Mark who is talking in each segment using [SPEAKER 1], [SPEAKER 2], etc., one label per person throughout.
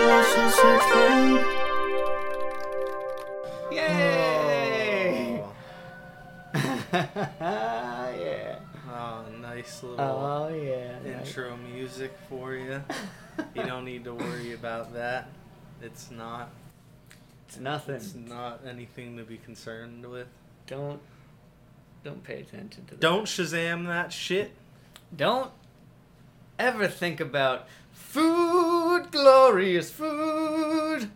[SPEAKER 1] sausage food.
[SPEAKER 2] Yay! yeah.
[SPEAKER 1] Oh, nice little
[SPEAKER 2] Oh yeah.
[SPEAKER 1] intro music for you. you don't need to worry about that. It's not.
[SPEAKER 2] It's nothing.
[SPEAKER 1] It's not anything to be concerned with.
[SPEAKER 2] Don't don't pay attention to that.
[SPEAKER 1] Don't Shazam that shit.
[SPEAKER 2] don't ever think about food, glorious food.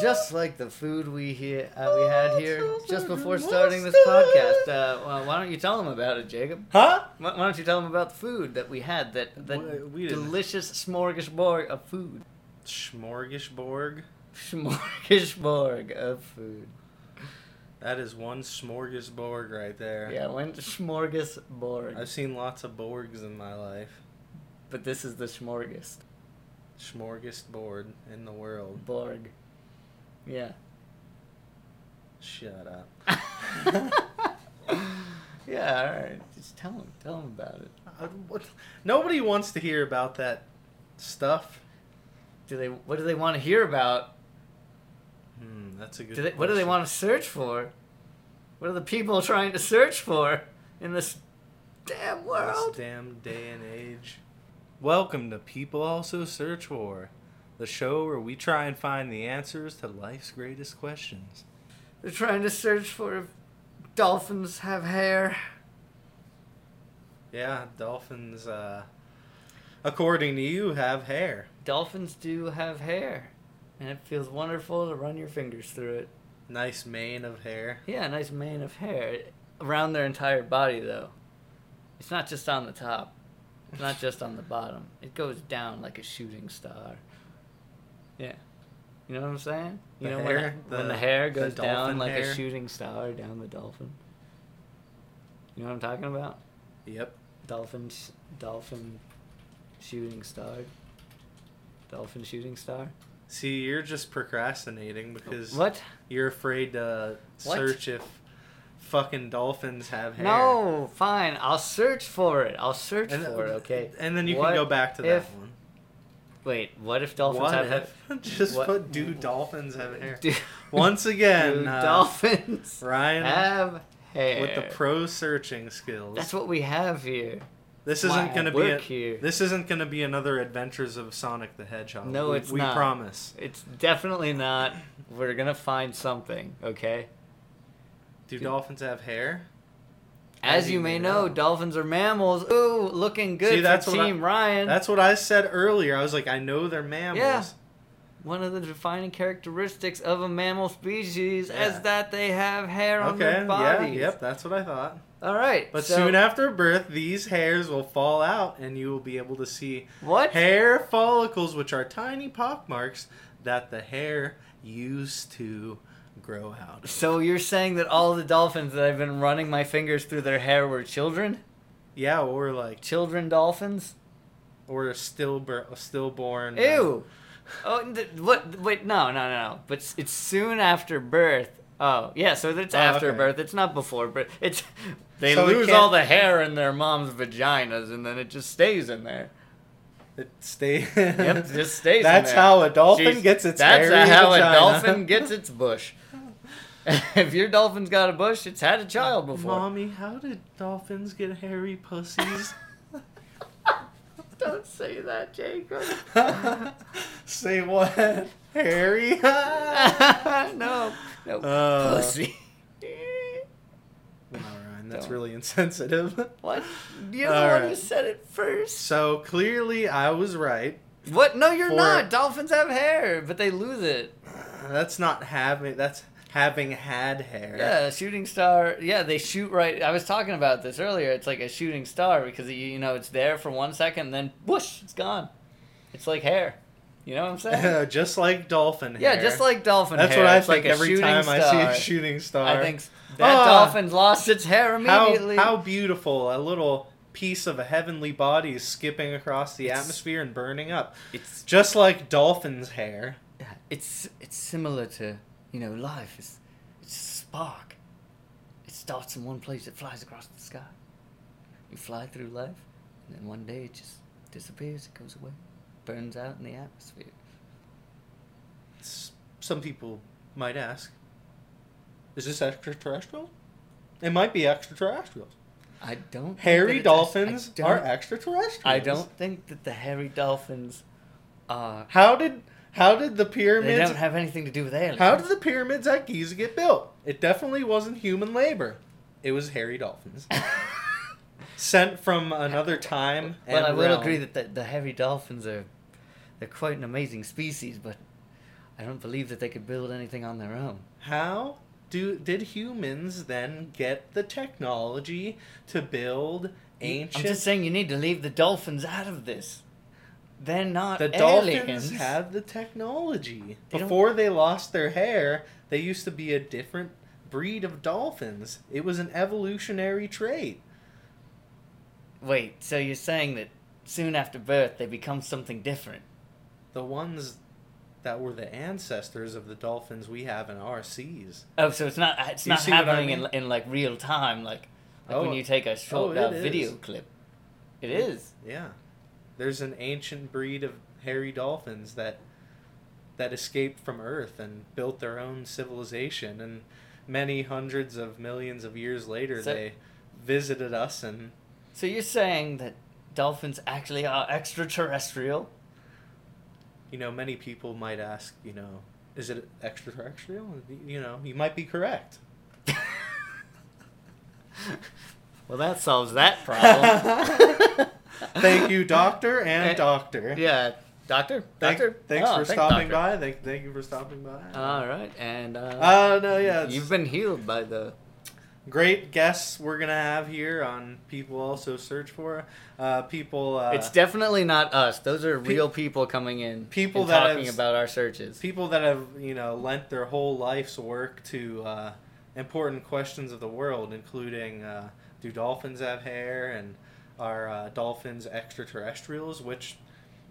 [SPEAKER 2] Just like the food we hear, uh, we had here just before starting this podcast. Uh, well, why don't you tell them about it, Jacob?
[SPEAKER 1] Huh?
[SPEAKER 2] Why why don't you tell them about the food that we had? That
[SPEAKER 1] Wha-
[SPEAKER 2] that
[SPEAKER 1] we didn't-
[SPEAKER 2] delicious smorgasbord of food.
[SPEAKER 1] Smorgasbord.
[SPEAKER 2] Smorgasbord of food.
[SPEAKER 1] That is one smorgasbord right there.
[SPEAKER 2] Yeah, I went to smorgasbord,
[SPEAKER 1] I've seen lots of Borgs in my life.
[SPEAKER 2] but this is the smorgas
[SPEAKER 1] Smorgasbord in the world.
[SPEAKER 2] borg. Yeah.
[SPEAKER 1] Shut up. Uh,
[SPEAKER 2] yeah. All right. Just tell them. Tell them about it.
[SPEAKER 1] I, what? Nobody wants to hear about that stuff.
[SPEAKER 2] Do they? What do they want to hear about?
[SPEAKER 1] Hmm, that's a good.
[SPEAKER 2] Do they, what do they want to search for? What are the people trying to search for in this damn
[SPEAKER 1] This
[SPEAKER 2] world?
[SPEAKER 1] damn day and age. Welcome to People Also Search For, the show where we try and find the answers to life's greatest questions.
[SPEAKER 2] They're trying to search for if dolphins have hair.
[SPEAKER 1] Yeah, dolphins. Uh, according to you, have hair.
[SPEAKER 2] Dolphins do have hair, and it feels wonderful to run your fingers through it.
[SPEAKER 1] Nice mane of hair.
[SPEAKER 2] Yeah, a nice mane of hair around their entire body, though. It's not just on the top. It's not just on the bottom. It goes down like a shooting star. Yeah. You know what I'm saying? You
[SPEAKER 1] The
[SPEAKER 2] know
[SPEAKER 1] hair?
[SPEAKER 2] when, when
[SPEAKER 1] The-
[SPEAKER 2] the hair
[SPEAKER 1] the
[SPEAKER 2] goes
[SPEAKER 1] dolphin
[SPEAKER 2] down like
[SPEAKER 1] hair?
[SPEAKER 2] a shooting star down the dolphin. You know what I'm talking about?
[SPEAKER 1] Yep.
[SPEAKER 2] Dolphin, sh- dolphin, shooting star. Dolphin shooting star.
[SPEAKER 1] See, you're just procrastinating because
[SPEAKER 2] What?
[SPEAKER 1] you're afraid to
[SPEAKER 2] What?
[SPEAKER 1] search if fucking dolphins have hair.
[SPEAKER 2] No, fine. I'll search for it. I'll search
[SPEAKER 1] And,
[SPEAKER 2] for it. Okay.
[SPEAKER 1] And then you
[SPEAKER 2] What
[SPEAKER 1] can go back to
[SPEAKER 2] if,
[SPEAKER 1] that one.
[SPEAKER 2] Wait, what if dolphins
[SPEAKER 1] what
[SPEAKER 2] have
[SPEAKER 1] if- just
[SPEAKER 2] what-
[SPEAKER 1] put do dolphins have hair?
[SPEAKER 2] Do,
[SPEAKER 1] Once again,
[SPEAKER 2] do
[SPEAKER 1] uh,
[SPEAKER 2] dolphins
[SPEAKER 1] Ryan
[SPEAKER 2] have hair?
[SPEAKER 1] with the pro searching skills.
[SPEAKER 2] That's what we have here.
[SPEAKER 1] this
[SPEAKER 2] why
[SPEAKER 1] isn't
[SPEAKER 2] I
[SPEAKER 1] going to be
[SPEAKER 2] work
[SPEAKER 1] a,
[SPEAKER 2] here.
[SPEAKER 1] this isn't going to be another Adventures of Sonic the Hedgehog.
[SPEAKER 2] No,
[SPEAKER 1] we,
[SPEAKER 2] it's
[SPEAKER 1] we
[SPEAKER 2] not.
[SPEAKER 1] promise.
[SPEAKER 2] It's definitely not. We're gonna find something, okay?
[SPEAKER 1] Do
[SPEAKER 2] Do-
[SPEAKER 1] dolphins have hair?
[SPEAKER 2] As, you may know, dolphins are mammals. Ooh, looking good
[SPEAKER 1] See,
[SPEAKER 2] for
[SPEAKER 1] that's what I-
[SPEAKER 2] Team Ryan.
[SPEAKER 1] That's what I said earlier. I was like, I know they're mammals.
[SPEAKER 2] Yeah. One of the defining characteristics of a mammal species
[SPEAKER 1] Yeah.
[SPEAKER 2] is that they have hair on
[SPEAKER 1] Okay.
[SPEAKER 2] their
[SPEAKER 1] Yeah.
[SPEAKER 2] bodies.
[SPEAKER 1] Yep. That's what I thought.
[SPEAKER 2] All right.
[SPEAKER 1] But
[SPEAKER 2] so-
[SPEAKER 1] soon after birth, these hairs will fall out, and you will be able to see
[SPEAKER 2] what?
[SPEAKER 1] hair follicles, which are tiny pockmarks that the hair used to grow out.
[SPEAKER 2] So you're saying that all the dolphins that I've been running my fingers through their hair were children?
[SPEAKER 1] Yeah, or like,
[SPEAKER 2] Children dolphins?
[SPEAKER 1] or stillbir- stillborn. uh,
[SPEAKER 2] Ew. Oh, th- what? Wait, no, no, no, no. But s- it's soon after birth. Oh, yeah. So it's
[SPEAKER 1] Oh,
[SPEAKER 2] after
[SPEAKER 1] okay.
[SPEAKER 2] birth. It's not before birth. It's they
[SPEAKER 1] So it
[SPEAKER 2] lose
[SPEAKER 1] can't-
[SPEAKER 2] all the hair in their mom's vaginas, and then it just stays in there.
[SPEAKER 1] It stay.
[SPEAKER 2] Yep, it just stays. in
[SPEAKER 1] That's
[SPEAKER 2] there.
[SPEAKER 1] how a dolphin
[SPEAKER 2] Jeez,
[SPEAKER 1] gets its.
[SPEAKER 2] That's
[SPEAKER 1] hairy
[SPEAKER 2] how
[SPEAKER 1] vagina.
[SPEAKER 2] a dolphin gets its bush. if your dolphin's got a bush, it's had a child before.
[SPEAKER 1] Mommy, how did dolphins get hairy pussies?
[SPEAKER 2] Don't say that, Jacob.
[SPEAKER 1] Say what? Hairy?
[SPEAKER 2] no, no,
[SPEAKER 1] Uh,
[SPEAKER 2] pussy.
[SPEAKER 1] No, Ryan, that's
[SPEAKER 2] Don't.
[SPEAKER 1] really insensitive.
[SPEAKER 2] what? You're the
[SPEAKER 1] All
[SPEAKER 2] one who
[SPEAKER 1] right.
[SPEAKER 2] said it first.
[SPEAKER 1] So clearly, I was right.
[SPEAKER 2] What? No, you're
[SPEAKER 1] For-
[SPEAKER 2] not. Dolphins have hair, but they lose it.
[SPEAKER 1] That's not having. That's having had hair.
[SPEAKER 2] Yeah, a shooting star. Yeah, they shoot right. I was talking about this earlier. It's like a shooting star because you you know it's there for one second, then whoosh, it's gone. It's like hair. You know what I'm saying?
[SPEAKER 1] just like dolphin hair.
[SPEAKER 2] yeah, just like dolphin
[SPEAKER 1] That's
[SPEAKER 2] hair.
[SPEAKER 1] what I
[SPEAKER 2] it's
[SPEAKER 1] think
[SPEAKER 2] like a
[SPEAKER 1] every
[SPEAKER 2] shooting
[SPEAKER 1] time I see
[SPEAKER 2] star.
[SPEAKER 1] a shooting star.
[SPEAKER 2] I think s- that
[SPEAKER 1] Ah.
[SPEAKER 2] dolphin lost its hair
[SPEAKER 1] how
[SPEAKER 2] immediately.
[SPEAKER 1] how beautiful a little piece of a heavenly body is skipping across the atmosphere and burning up,
[SPEAKER 2] It's
[SPEAKER 1] just like dolphin's hair.
[SPEAKER 2] it's it's similar to you know life. It's it's a spark. It starts in one place. It flies across the sky. You fly through life, and then one day it just disappears. It goes away. burns out in the atmosphere.
[SPEAKER 1] S- Some people might ask, is this extraterrestrial? It might be extraterrestrials.
[SPEAKER 2] I don't. think that
[SPEAKER 1] Hairy
[SPEAKER 2] it's- I
[SPEAKER 1] dolphins
[SPEAKER 2] don't-
[SPEAKER 1] are extraterrestrials.
[SPEAKER 2] I don't think that the hairy dolphins are.
[SPEAKER 1] How did how did the
[SPEAKER 2] They
[SPEAKER 1] pyramids
[SPEAKER 2] don't have anything to do with aliens.
[SPEAKER 1] how did the pyramids at Giza get built? It definitely wasn't human labor. It was hairy dolphins sent from another time.
[SPEAKER 2] Well,
[SPEAKER 1] and
[SPEAKER 2] I will
[SPEAKER 1] realm.
[SPEAKER 2] agree that the, the hairy dolphins are, they're quite an amazing species, but I don't believe that they could build anything on their own.
[SPEAKER 1] How do did humans then get the technology to build ancient?
[SPEAKER 2] I'm just saying you need to leave the dolphins out of this. They're not
[SPEAKER 1] the
[SPEAKER 2] aliens.
[SPEAKER 1] dolphins had the technology
[SPEAKER 2] They don't-
[SPEAKER 1] before they lost their hair. They used to be a different breed of dolphins. It was an evolutionary trait.
[SPEAKER 2] Wait, so you're saying that soon after birth they become something different?
[SPEAKER 1] The ones that were the ancestors of the dolphins we have in our seas.
[SPEAKER 2] Oh, so it's not it's
[SPEAKER 1] You
[SPEAKER 2] not
[SPEAKER 1] see what I
[SPEAKER 2] happening
[SPEAKER 1] mean?
[SPEAKER 2] in in like real time, like like
[SPEAKER 1] Oh,
[SPEAKER 2] when you take a short
[SPEAKER 1] oh, it
[SPEAKER 2] uh, video
[SPEAKER 1] is.
[SPEAKER 2] clip. It is.
[SPEAKER 1] Yeah. There's an ancient breed of hairy dolphins that that escaped from Earth and built their own civilization and many hundreds of millions of years later
[SPEAKER 2] So-
[SPEAKER 1] they visited us and
[SPEAKER 2] So you're saying that dolphins actually are extraterrestrial?
[SPEAKER 1] you know many people might ask, you know, is it extraterrestrial? You know, you might be correct.
[SPEAKER 2] Well, that solves that problem.
[SPEAKER 1] Thank you doctor
[SPEAKER 2] Eh,
[SPEAKER 1] and doctor.
[SPEAKER 2] Yeah, doctor.
[SPEAKER 1] Thank-
[SPEAKER 2] doctor.
[SPEAKER 1] Thanks
[SPEAKER 2] Oh,
[SPEAKER 1] for
[SPEAKER 2] thank
[SPEAKER 1] stopping
[SPEAKER 2] doctor.
[SPEAKER 1] by. Thank, thank you for stopping by.
[SPEAKER 2] All right, and uh,
[SPEAKER 1] Uh, no, yeah, it's-
[SPEAKER 2] you've been healed by the
[SPEAKER 1] great guests we're gonna have here on people also search for uh, people uh,
[SPEAKER 2] it's definitely not us. Those are
[SPEAKER 1] Pe-
[SPEAKER 2] real people coming in.
[SPEAKER 1] people
[SPEAKER 2] and
[SPEAKER 1] that
[SPEAKER 2] talking
[SPEAKER 1] have-
[SPEAKER 2] about our searches.
[SPEAKER 1] people that have you know lent their whole life's work to uh, important questions of the world including uh, do dolphins have hair and are uh, dolphins extraterrestrials which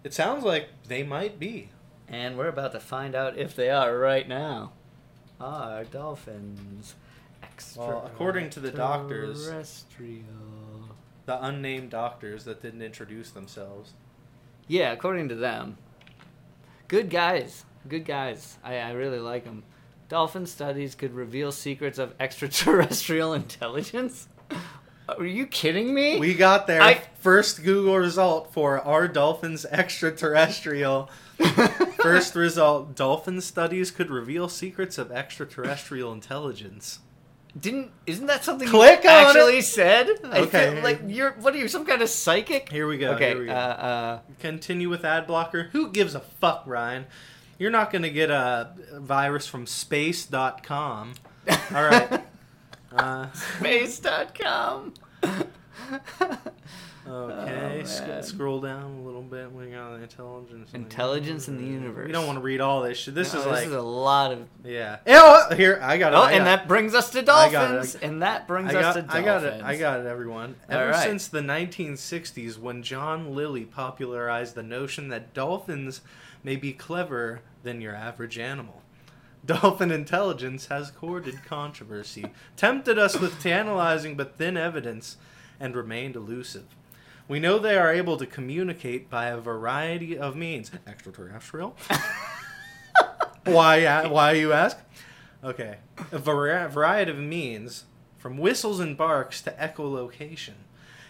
[SPEAKER 1] it sounds like they might be
[SPEAKER 2] And we're about to find out if they are right now. Are dolphins extra?
[SPEAKER 1] Well, according to the doctors-
[SPEAKER 2] terrestrial?
[SPEAKER 1] the unnamed doctors that didn't introduce themselves
[SPEAKER 2] Yeah, according to them. Good guys. Good guys. I, I really like them. Dolphin studies could reveal secrets of extraterrestrial intelligence? Are you kidding me?
[SPEAKER 1] we got their
[SPEAKER 2] I-
[SPEAKER 1] first google result for are dolphins extraterrestrial First result dolphin studies could reveal secrets of extraterrestrial intelligence.
[SPEAKER 2] Didn't isn't that something
[SPEAKER 1] Click
[SPEAKER 2] you
[SPEAKER 1] on
[SPEAKER 2] actually said? I
[SPEAKER 1] Okay.
[SPEAKER 2] feel like you're what are you some kind of psychic?
[SPEAKER 1] Here we go.
[SPEAKER 2] okay.
[SPEAKER 1] here we go.
[SPEAKER 2] Uh, uh,
[SPEAKER 1] Continue with ad blocker. Who gives a fuck, Ryan? You're not going to get a virus from space.com. All right. Uh,
[SPEAKER 2] Space.com.
[SPEAKER 1] okay.
[SPEAKER 2] Oh,
[SPEAKER 1] sc-
[SPEAKER 2] man.
[SPEAKER 1] scroll down a little bit. We got the intelligence. and the-
[SPEAKER 2] Intelligence in the universe.
[SPEAKER 1] We don't want to read all this shit. This
[SPEAKER 2] No,
[SPEAKER 1] is like.
[SPEAKER 2] a lot of.
[SPEAKER 1] yeah. Oh, here. I got it.
[SPEAKER 2] Oh,
[SPEAKER 1] I got
[SPEAKER 2] and
[SPEAKER 1] it.
[SPEAKER 2] that brings us to
[SPEAKER 1] I got it.
[SPEAKER 2] dolphins, and that brings
[SPEAKER 1] I
[SPEAKER 2] us
[SPEAKER 1] got,
[SPEAKER 2] to dolphins.
[SPEAKER 1] I got it. I got it, everyone.
[SPEAKER 2] All
[SPEAKER 1] Ever
[SPEAKER 2] right.
[SPEAKER 1] since the 1960s, when John Lilly popularized the notion that dolphins may be cleverer than your average animal, dolphin intelligence has courted controversy, tempted us with tantalizing but thin evidence, and remained elusive. We know they are able to communicate by a variety of means. Extraterrestrial? why, uh, why you ask? Okay. A vari- variety of means, from whistles and barks to echolocation.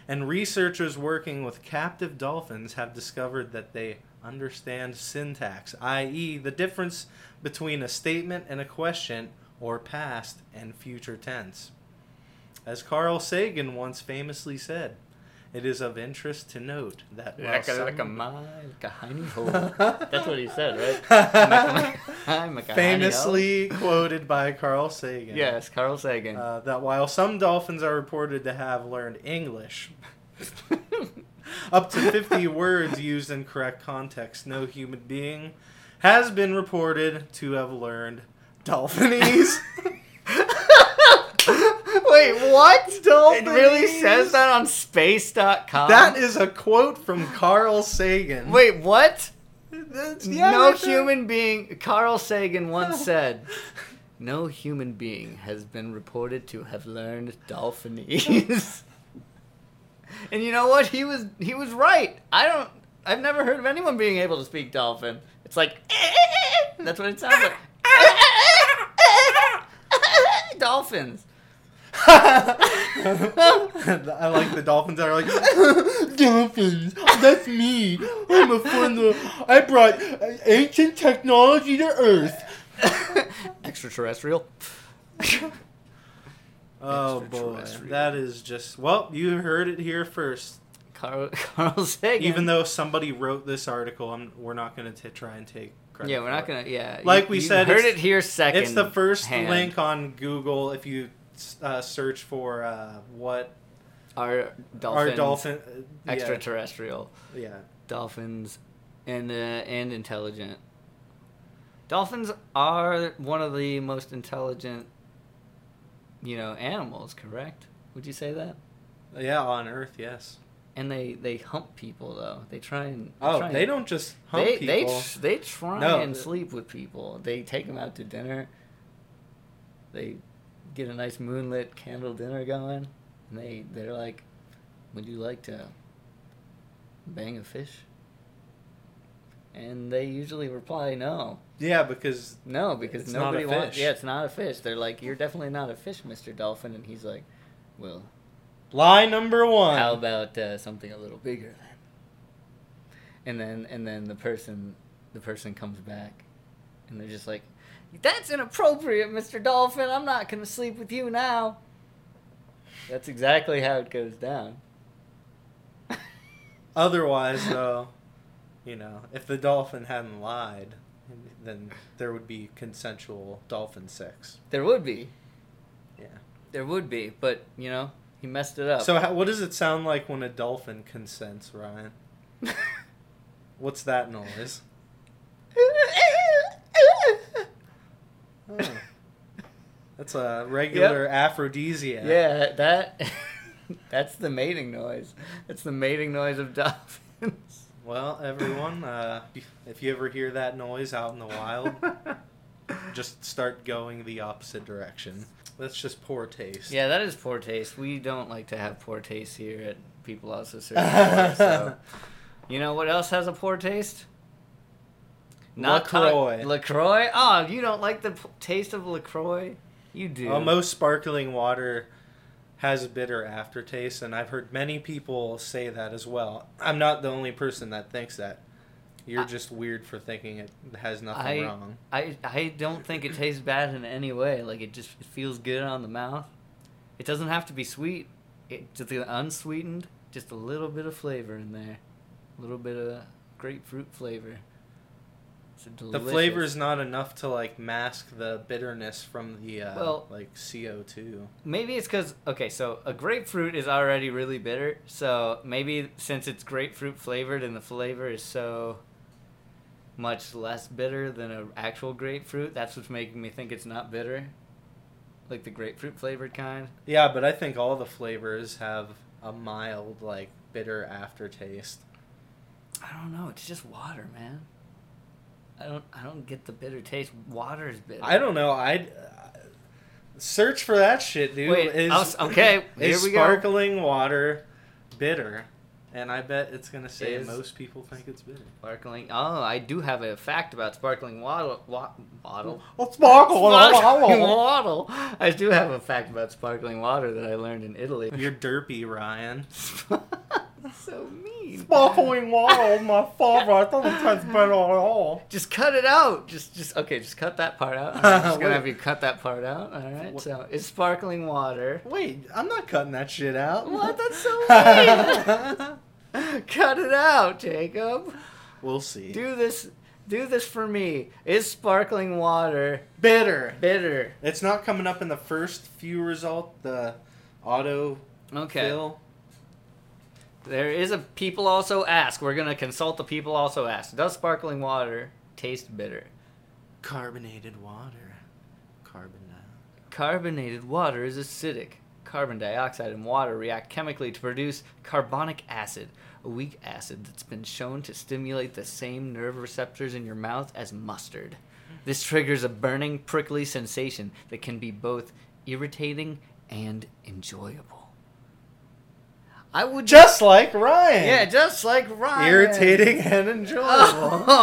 [SPEAKER 1] And researchers working with captive dolphins have discovered that they understand syntax, i.e., the difference between a statement and a question, or past and future tense. As Carl Sagan once famously said, it is of interest to note that while
[SPEAKER 2] Like a, like a
[SPEAKER 1] some-
[SPEAKER 2] mile, like a hiney hole. That's what he said, right? I'm like a hiney hole.
[SPEAKER 1] famously quoted by Carl Sagan.
[SPEAKER 2] Yes, Carl Sagan.
[SPEAKER 1] uh, that while some dolphins are reported to have learned English, up to 50 words used in correct context, no human being has been reported to have learned dolphinese.
[SPEAKER 2] Wait, what? It really
[SPEAKER 1] Dolphinese?
[SPEAKER 2] says that on space.com?
[SPEAKER 1] that is a quote from Carl Sagan.
[SPEAKER 2] Um, Wait, what?
[SPEAKER 1] That's- yeah,
[SPEAKER 2] no
[SPEAKER 1] right there.
[SPEAKER 2] human being. Carl Sagan once said, "No human being has been reported to have learned Dolphinese." and you know what? He was he was right. I don't. I've never heard of anyone being able to speak dolphin. It's like that's what it sounds like. Dolphins.
[SPEAKER 1] I like the dolphins that are like dolphins. That's me. I'm a friend. Of, I brought ancient technology to Earth. uh,
[SPEAKER 2] Extraterrestrial.
[SPEAKER 1] Oh boy,
[SPEAKER 2] Extraterrestrial.
[SPEAKER 1] that is just well. You heard it here first.
[SPEAKER 2] Carl, Carl Sagan.
[SPEAKER 1] Even though somebody wrote this article, I'm, we're not going to try and take credit.
[SPEAKER 2] Yeah, we're
[SPEAKER 1] for
[SPEAKER 2] not
[SPEAKER 1] it.
[SPEAKER 2] gonna. Yeah,
[SPEAKER 1] Like we said,
[SPEAKER 2] heard
[SPEAKER 1] it's-
[SPEAKER 2] it here second.
[SPEAKER 1] It's the first
[SPEAKER 2] hand.
[SPEAKER 1] link on Google if you uh, search for uh, what
[SPEAKER 2] Our dolphins,
[SPEAKER 1] our dolphin uh,
[SPEAKER 2] extraterrestrial
[SPEAKER 1] Yeah, yeah.
[SPEAKER 2] dolphins, and uh, and intelligent. Dolphins are one of the most intelligent, you know, animals. Correct? Would you say that?
[SPEAKER 1] Yeah, on Earth, yes.
[SPEAKER 2] And they they hump people though. They try and
[SPEAKER 1] Oh,
[SPEAKER 2] try and-
[SPEAKER 1] they don't just hump
[SPEAKER 2] They they
[SPEAKER 1] people.
[SPEAKER 2] tr- they try
[SPEAKER 1] No.
[SPEAKER 2] and sleep with people. They take them out to dinner. They get a nice moonlit candle dinner going, and they they're like, "Would you like to bang a fish?" And they usually reply, "No,
[SPEAKER 1] yeah, because
[SPEAKER 2] no," because
[SPEAKER 1] It's not a
[SPEAKER 2] nobody wants.
[SPEAKER 1] fish.
[SPEAKER 2] Yeah, it's not a fish. They're like, "You're definitely not a fish, Mister Dolphin," and he's like, "Well,
[SPEAKER 1] lie number one.
[SPEAKER 2] how about uh, something a little bigger then? And then and then the person the person comes back, and they're just like, "That's inappropriate, Mister Dolphin. I'm not gonna sleep with you now." That's exactly how it goes down.
[SPEAKER 1] Otherwise, though, you know, if the dolphin hadn't lied, then there would be consensual dolphin sex.
[SPEAKER 2] There would be,
[SPEAKER 1] Yeah.
[SPEAKER 2] there would be, but you know, he messed it up.
[SPEAKER 1] So, how, what does it sound like when a dolphin consents, Ryan? What's that noise?
[SPEAKER 2] Hmm.
[SPEAKER 1] Oh, that's a regular aphrodisiac.
[SPEAKER 2] Yeah, that that's the mating noise. That's the mating noise of dolphins.
[SPEAKER 1] Well, everyone, uh, if you ever hear that noise out in the wild, just start going the opposite direction. That's just poor taste.
[SPEAKER 2] Yeah, that is poor taste. We don't like to have poor taste here at People Also Serve. Poor, so. You know what else has a poor taste?
[SPEAKER 1] LaCroix.
[SPEAKER 2] Cock- LaCroix? Oh, you don't like the p- taste of LaCroix? You do.
[SPEAKER 1] Well, most sparkling water has a bitter aftertaste, and I've heard many people say that as well. I'm not the only person that thinks that. You're
[SPEAKER 2] I-
[SPEAKER 1] just weird for thinking it has nothing
[SPEAKER 2] I-
[SPEAKER 1] wrong.
[SPEAKER 2] I, I don't think it tastes bad in any way. Like, it just it feels good on the mouth. It doesn't have to be sweet. It, just the unsweetened, just a little bit of flavor in there. A little bit of grapefruit flavor. It's a
[SPEAKER 1] The
[SPEAKER 2] delicious-
[SPEAKER 1] flavor is not enough to like mask the bitterness from the uh,
[SPEAKER 2] Well-
[SPEAKER 1] like CO2.
[SPEAKER 2] Maybe it's because okay, so a grapefruit is already really bitter. So maybe since it's grapefruit flavored and the flavor is so much less bitter than an actual grapefruit, that's what's making me think it's not bitter, like the grapefruit flavored kind.
[SPEAKER 1] Yeah, but I think all the flavors have a mild like bitter aftertaste.
[SPEAKER 2] I don't know. It's just water, man. I don't. I don't get the bitter taste. Water is bitter.
[SPEAKER 1] I don't know. I search for that shit, dude.
[SPEAKER 2] Wait,
[SPEAKER 1] is,
[SPEAKER 2] I'll s- okay,
[SPEAKER 1] is
[SPEAKER 2] here we go.
[SPEAKER 1] sparkling water bitter? And I bet it's gonna say
[SPEAKER 2] Is-
[SPEAKER 1] most people think it's bitter.
[SPEAKER 2] Sparkling. Oh, I do have a fact about sparkling water. Wa- bottle.
[SPEAKER 1] Oh, sparkling
[SPEAKER 2] Sparkling water. I do have a fact about sparkling water that I learned in Italy.
[SPEAKER 1] You're derpy, Ryan.
[SPEAKER 2] so mean.
[SPEAKER 1] water, oh, my father. I thought it tastes better at all.
[SPEAKER 2] Just cut it out. Just, just okay. Just cut that part out. I'm just
[SPEAKER 1] Wait.
[SPEAKER 2] gonna have you cut that part out. All right.
[SPEAKER 1] What-
[SPEAKER 2] So it's sparkling water.
[SPEAKER 1] Wait, I'm not cutting that shit out.
[SPEAKER 2] What? That's so mean. cut it out, Jacob.
[SPEAKER 1] we'll see.
[SPEAKER 2] Do this. Do this for me. Is sparkling water
[SPEAKER 1] Bitter.
[SPEAKER 2] bitter?
[SPEAKER 1] It's not coming up in the first few result. The auto
[SPEAKER 2] Okay.
[SPEAKER 1] fill.
[SPEAKER 2] There is a people also ask. We're gonna consult the people also ask. Does sparkling water taste bitter?
[SPEAKER 1] Carbonated water. Carbon dioxide.
[SPEAKER 2] Carbonated water is acidic. Carbon dioxide and water react chemically to produce carbonic acid, a weak acid that's been shown to stimulate the same nerve receptors in your mouth as mustard. This triggers a burning, prickly sensation that can be both irritating and enjoyable. I would
[SPEAKER 1] Just like Ryan.
[SPEAKER 2] yeah, just like Ryan.
[SPEAKER 1] Irritating and enjoyable.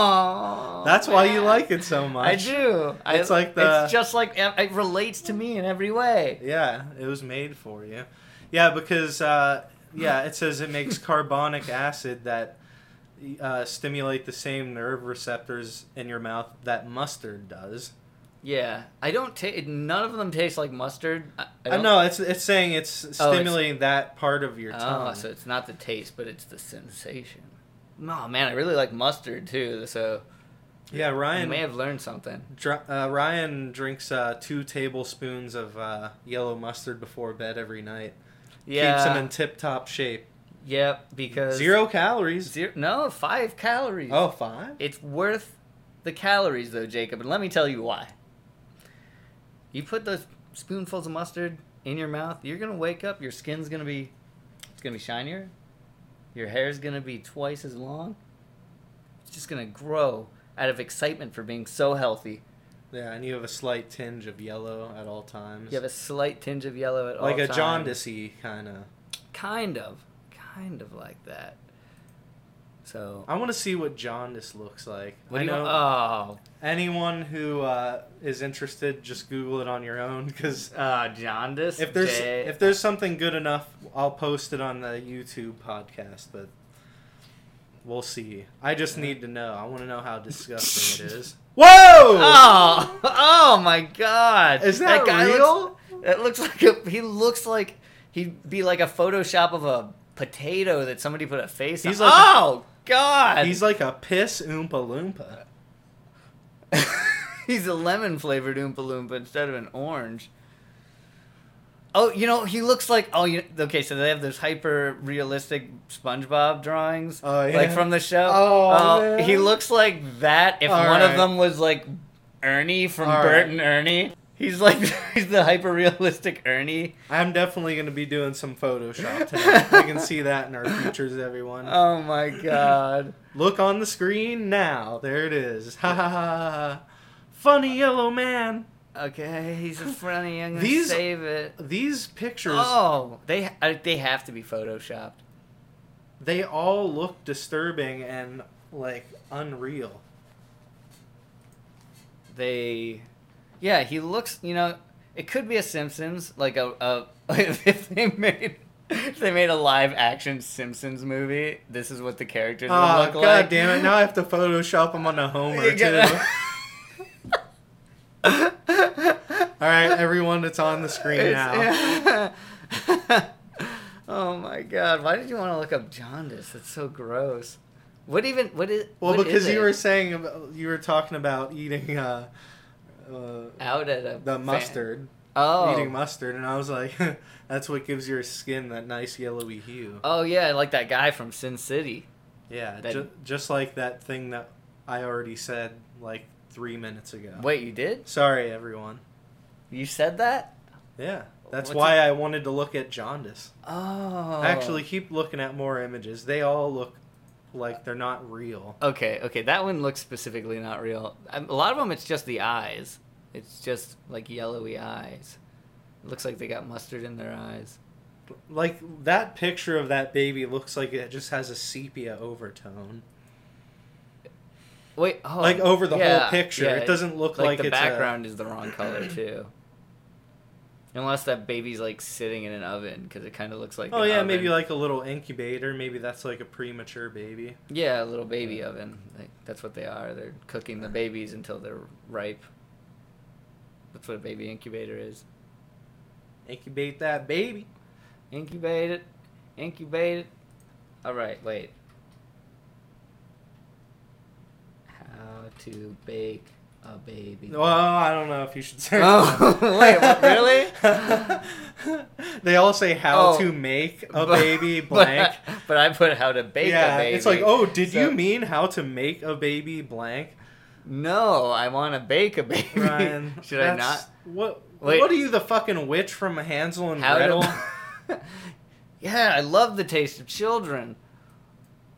[SPEAKER 2] Oh,
[SPEAKER 1] That's why you
[SPEAKER 2] man.
[SPEAKER 1] like it so much.
[SPEAKER 2] I do. I-
[SPEAKER 1] It's like the-
[SPEAKER 2] It's just like it relates to me in every way.
[SPEAKER 1] Yeah, it was made for you. Yeah, because uh, yeah, it says it makes carbonic acid that uh, stimulate the same nerve receptors in your mouth that mustard does.
[SPEAKER 2] Yeah, I don't taste. None of them taste like mustard. I, I
[SPEAKER 1] I
[SPEAKER 2] don't-
[SPEAKER 1] know Uh, it's it's saying it's stimulating that part of your
[SPEAKER 2] Oh,
[SPEAKER 1] tongue.
[SPEAKER 2] so it's not the taste, but it's the sensation. No, man, I really like mustard too. So
[SPEAKER 1] yeah,
[SPEAKER 2] I
[SPEAKER 1] Ryan.
[SPEAKER 2] may have learned something.
[SPEAKER 1] dr- uh, Ryan drinks uh, two tablespoons of uh, yellow mustard before bed every night.
[SPEAKER 2] Yeah.
[SPEAKER 1] Keeps him in tip-top shape.
[SPEAKER 2] Yep. Because
[SPEAKER 1] Zero calories.
[SPEAKER 2] Zero. No, five calories.
[SPEAKER 1] Oh, five.
[SPEAKER 2] It's worth the calories, though, Jacob, and let me tell you why. You put those spoonfuls of mustard in your mouth, you're gonna wake up. Your skin's gonna be, it's gonna be shinier. Your hair's gonna be twice as long. It's just gonna grow out of excitement for being so healthy.
[SPEAKER 1] Yeah, and you have a slight tinge of yellow at all times.
[SPEAKER 2] You have a slight tinge of yellow at all
[SPEAKER 1] like a
[SPEAKER 2] times.
[SPEAKER 1] jaundicey kind of.
[SPEAKER 2] Kind of, kind of like that. So.
[SPEAKER 1] I want to see what jaundice looks like.
[SPEAKER 2] What
[SPEAKER 1] I
[SPEAKER 2] do you
[SPEAKER 1] know
[SPEAKER 2] want? Uh.
[SPEAKER 1] anyone who uh, is interested, just Google it on your own. Because
[SPEAKER 2] Oh, uh, jaundice.
[SPEAKER 1] if there's
[SPEAKER 2] J-
[SPEAKER 1] if there's something good enough, I'll post it on the YouTube podcast. But we'll see. I just need to know. I want to know how disgusting it is. Whoa!
[SPEAKER 2] Oh, oh my God!
[SPEAKER 1] Is that real?
[SPEAKER 2] Looks, that looks like a. He looks like he'd be like a Photoshop of a potato that somebody put a face
[SPEAKER 1] He's
[SPEAKER 2] on.
[SPEAKER 1] like a-
[SPEAKER 2] oh God!
[SPEAKER 1] He's like a piss oompa loompa.
[SPEAKER 2] He's a lemon flavored Oompa Loompa instead of an orange. Oh, you know, he looks like oh, you okay? So they have those hyper realistic SpongeBob drawings,
[SPEAKER 1] Oh, yeah.
[SPEAKER 2] like from the show.
[SPEAKER 1] Oh,
[SPEAKER 2] Uh,
[SPEAKER 1] man.
[SPEAKER 2] he looks like that. If
[SPEAKER 1] All
[SPEAKER 2] one
[SPEAKER 1] right.
[SPEAKER 2] of them was like Ernie from
[SPEAKER 1] All
[SPEAKER 2] Bert
[SPEAKER 1] right.
[SPEAKER 2] and Ernie, he's like he's the hyper realistic Ernie.
[SPEAKER 1] I'm definitely going to be doing some Photoshop today. we can see that in our futures, everyone.
[SPEAKER 2] Oh my god!
[SPEAKER 1] Look on the screen now. There it is. Ha ha ha. ha. Funny yellow man.
[SPEAKER 2] okay, he's a funny. I'm gonna
[SPEAKER 1] These-
[SPEAKER 2] save it.
[SPEAKER 1] These pictures,
[SPEAKER 2] Oh, they I- they have to be photoshopped.
[SPEAKER 1] they all look disturbing and like unreal.
[SPEAKER 2] they yeah he looks you know it could be a simpsons like a, a if they made if they made a live action simpsons movie this is what the characters would
[SPEAKER 1] Oh,
[SPEAKER 2] look
[SPEAKER 1] God
[SPEAKER 2] like
[SPEAKER 1] damn it. Now I have to Photoshop them on a Homer,
[SPEAKER 2] You
[SPEAKER 1] too.
[SPEAKER 2] get-
[SPEAKER 1] all right, everyone, it's on the screen now.
[SPEAKER 2] It's- oh my god why did you want to look up jaundice that's so gross what even what is
[SPEAKER 1] Well,
[SPEAKER 2] what is
[SPEAKER 1] because you
[SPEAKER 2] it?
[SPEAKER 1] were saying, about, you were talking about eating uh, uh,
[SPEAKER 2] out at a
[SPEAKER 1] the
[SPEAKER 2] fa-
[SPEAKER 1] mustard,
[SPEAKER 2] oh
[SPEAKER 1] eating mustard, and I was like, that's what gives your skin that nice yellowy hue.
[SPEAKER 2] oh yeah like that guy from sin city
[SPEAKER 1] Yeah,
[SPEAKER 2] That-
[SPEAKER 1] ju- just like that thing that I already said like three minutes ago.
[SPEAKER 2] wait you did
[SPEAKER 1] Sorry, everyone.
[SPEAKER 2] you said that
[SPEAKER 1] Yeah, that's
[SPEAKER 2] What's
[SPEAKER 1] why I wanted to look at jaundice.
[SPEAKER 2] Oh.
[SPEAKER 1] Actually, keep looking at more images. They all look like they're not real.
[SPEAKER 2] Okay, okay. That one looks specifically not real. Um, A lot of them, it's just the eyes. It's just like yellowy eyes. It looks like they got mustard in their eyes.
[SPEAKER 1] Like that picture of that baby looks like it just has a sepia overtone,
[SPEAKER 2] Wait, oh.
[SPEAKER 1] like over the
[SPEAKER 2] yeah,
[SPEAKER 1] whole picture.
[SPEAKER 2] yeah,
[SPEAKER 1] it doesn't look like,
[SPEAKER 2] the
[SPEAKER 1] it's
[SPEAKER 2] background is the wrong color, too. Unless that baby's like sitting in an oven because it kind of looks like.
[SPEAKER 1] A, oh
[SPEAKER 2] an
[SPEAKER 1] yeah, maybe
[SPEAKER 2] oven.
[SPEAKER 1] like a little incubator. Maybe that's like a premature baby.
[SPEAKER 2] Yeah, a little baby oven. Like, that's what they are. They're cooking the babies until they're ripe. That's what a baby incubator is.
[SPEAKER 1] Incubate that baby.
[SPEAKER 2] Incubate it. Incubate it. All right, wait. How to bake a baby.
[SPEAKER 1] Well, I don't know if you should search.
[SPEAKER 2] Oh,
[SPEAKER 1] that.
[SPEAKER 2] wait, what, really?
[SPEAKER 1] they all say how
[SPEAKER 2] Oh.
[SPEAKER 1] to make a
[SPEAKER 2] But-
[SPEAKER 1] baby
[SPEAKER 2] but-
[SPEAKER 1] blank.
[SPEAKER 2] But, I put how to bake
[SPEAKER 1] yeah,
[SPEAKER 2] a baby.
[SPEAKER 1] it's like, oh, did
[SPEAKER 2] So-
[SPEAKER 1] you mean how to make a baby blank,
[SPEAKER 2] No, I want to bake a baby.
[SPEAKER 1] Ryan?
[SPEAKER 2] Should I
[SPEAKER 1] that's-
[SPEAKER 2] not?
[SPEAKER 1] What?
[SPEAKER 2] Wait.
[SPEAKER 1] What are you, the fucking witch from Hansel and
[SPEAKER 2] How
[SPEAKER 1] Gretel?
[SPEAKER 2] to. yeah, I love the taste of children.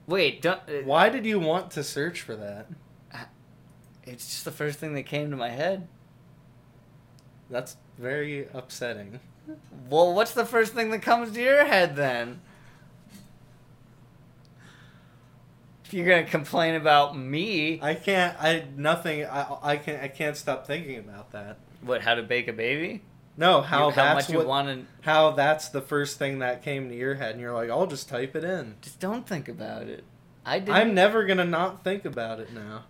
[SPEAKER 2] Wait, don't. uh,
[SPEAKER 1] Why did you want to search for that?
[SPEAKER 2] It's just the first thing that came to my head.
[SPEAKER 1] That's very upsetting.
[SPEAKER 2] Well, what's the first thing that comes to your head then? If you're gonna complain about me,
[SPEAKER 1] I can't. I nothing. I I can. I can't stop thinking about that.
[SPEAKER 2] what? How to bake a baby?
[SPEAKER 1] No, how
[SPEAKER 2] You- how
[SPEAKER 1] that's
[SPEAKER 2] much
[SPEAKER 1] what,
[SPEAKER 2] you want to?
[SPEAKER 1] how that's the first thing that came to your head, and you're like, I'll just type it in.
[SPEAKER 2] Just don't think about it. I did.
[SPEAKER 1] I'm never gonna not think about it now.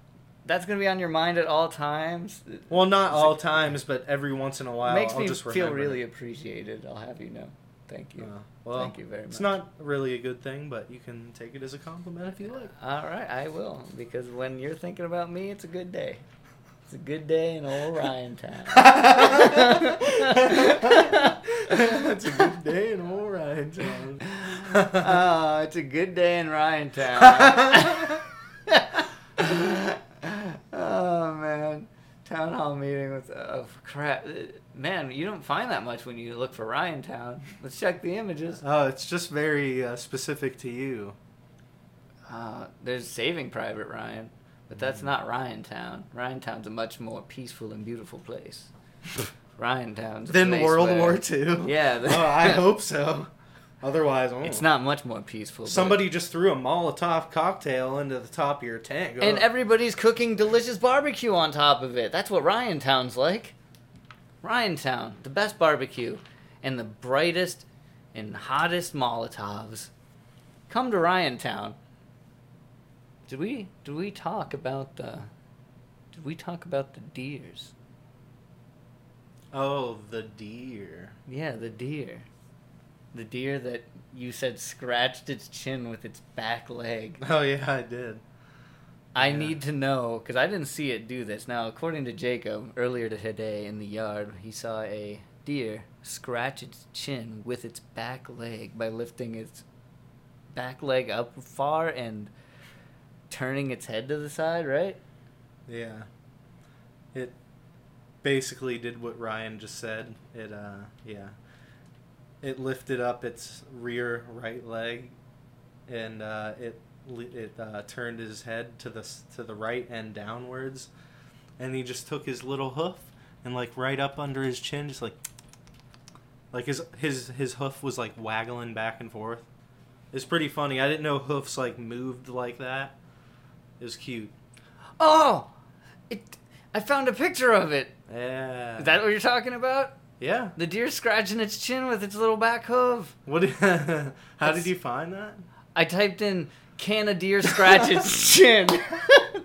[SPEAKER 2] That's gonna be on your mind at all times. It
[SPEAKER 1] Well, not
[SPEAKER 2] It's
[SPEAKER 1] all
[SPEAKER 2] like-
[SPEAKER 1] times, but every once in a while,
[SPEAKER 2] makes
[SPEAKER 1] I'll
[SPEAKER 2] me
[SPEAKER 1] just
[SPEAKER 2] feel
[SPEAKER 1] remember it.
[SPEAKER 2] really appreciated. I'll have you know. Thank you.
[SPEAKER 1] Uh, well,
[SPEAKER 2] Thank you very much.
[SPEAKER 1] It's not really a good thing, but you can take it as a compliment if you like.
[SPEAKER 2] All right, I will because when you're thinking about me, it's a good day. It's a good day in old Ryan town.
[SPEAKER 1] it's a good day in all right, John.
[SPEAKER 2] Oh, it's a good day in Ryan town. oh man, town hall meeting with oh crap, man, you don't find that much when you look for Ryan town. Let's check the images.
[SPEAKER 1] oh, it's just very uh, specific to you.
[SPEAKER 2] Uh, there's Saving Private Ryan, but
[SPEAKER 1] Mm.
[SPEAKER 2] that's not Ryan Town. Ryan Town's a much more peaceful and beautiful place. Ryan Town's a
[SPEAKER 1] Then
[SPEAKER 2] place
[SPEAKER 1] World
[SPEAKER 2] where-
[SPEAKER 1] War Two.
[SPEAKER 2] Yeah, the-
[SPEAKER 1] oh, I hope so. Otherwise, oh.
[SPEAKER 2] It's not much more peaceful. but-
[SPEAKER 1] Somebody just threw a Molotov cocktail into the top of your tank.
[SPEAKER 2] and
[SPEAKER 1] Oh.
[SPEAKER 2] everybody's cooking delicious barbecue on top of it. That's what Ryan Town's like. Ryan Town, the best barbecue, and the brightest and hottest Molotovs. Come to Ryan Town. Did we did we talk about the did we talk about the deers?
[SPEAKER 1] oh, the deer.
[SPEAKER 2] Yeah, the deer. The deer that you said scratched its chin with its back leg.
[SPEAKER 1] Oh yeah, I did.
[SPEAKER 2] I
[SPEAKER 1] Yeah.
[SPEAKER 2] need to know because I didn't see it do this. Now, according to Jacob, earlier today in the yard, he saw a deer scratch its chin with its back leg by lifting its back leg up far and turning its head to the side, right?
[SPEAKER 1] Yeah. It basically did what Ryan just said. It uh yeah. It lifted up its rear right leg and uh it li- it uh, turned his head to the s- to the right and downwards and he just took his little hoof and like right up under his chin just like like his his his hoof was like waggling back and forth. It's pretty funny. I didn't know hoofs like moved like that. It was cute.
[SPEAKER 2] Oh! It, I found a picture of it.
[SPEAKER 1] Yeah.
[SPEAKER 2] Is that what you're talking about?
[SPEAKER 1] Yeah.
[SPEAKER 2] The deer scratching its chin with its little back hoof.
[SPEAKER 1] What? how did
[SPEAKER 2] That's-
[SPEAKER 1] you find that?
[SPEAKER 2] I typed in "Can a deer scratch its chin?"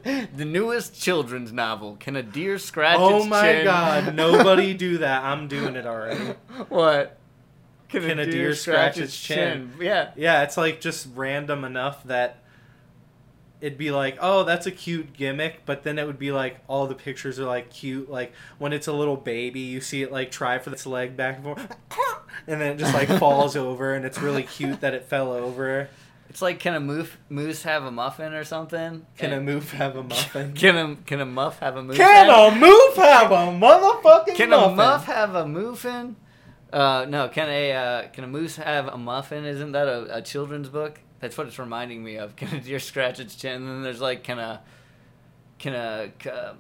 [SPEAKER 2] the newest children's novel. Can a deer scratch its
[SPEAKER 1] Oh
[SPEAKER 2] chin?
[SPEAKER 1] my God! Nobody do that. I'm doing it already.
[SPEAKER 2] what?
[SPEAKER 1] Can a deer scratch its chin?
[SPEAKER 2] Yeah.
[SPEAKER 1] Yeah, it's like just random enough that it'd be like, oh, that's a cute gimmick, but then it would be like all the pictures are like cute. Like when it's a little baby, you see it like try for its leg back and forth, and then it just like falls over, and it's really cute that it fell over.
[SPEAKER 2] It's like can a moof, moose have a muffin or something?
[SPEAKER 1] Can a
[SPEAKER 2] And-
[SPEAKER 1] move have a muffin?
[SPEAKER 2] Can a can a muff have a moose?
[SPEAKER 1] Can a move have a motherfucking
[SPEAKER 2] can
[SPEAKER 1] muffin?
[SPEAKER 2] a muff have a muffin? Uh, no, can a uh, can a moose have a muffin? Isn't that a, a children's book? That's what it's reminding me of. Can a deer scratch its chin? And then there's like can a can a ca-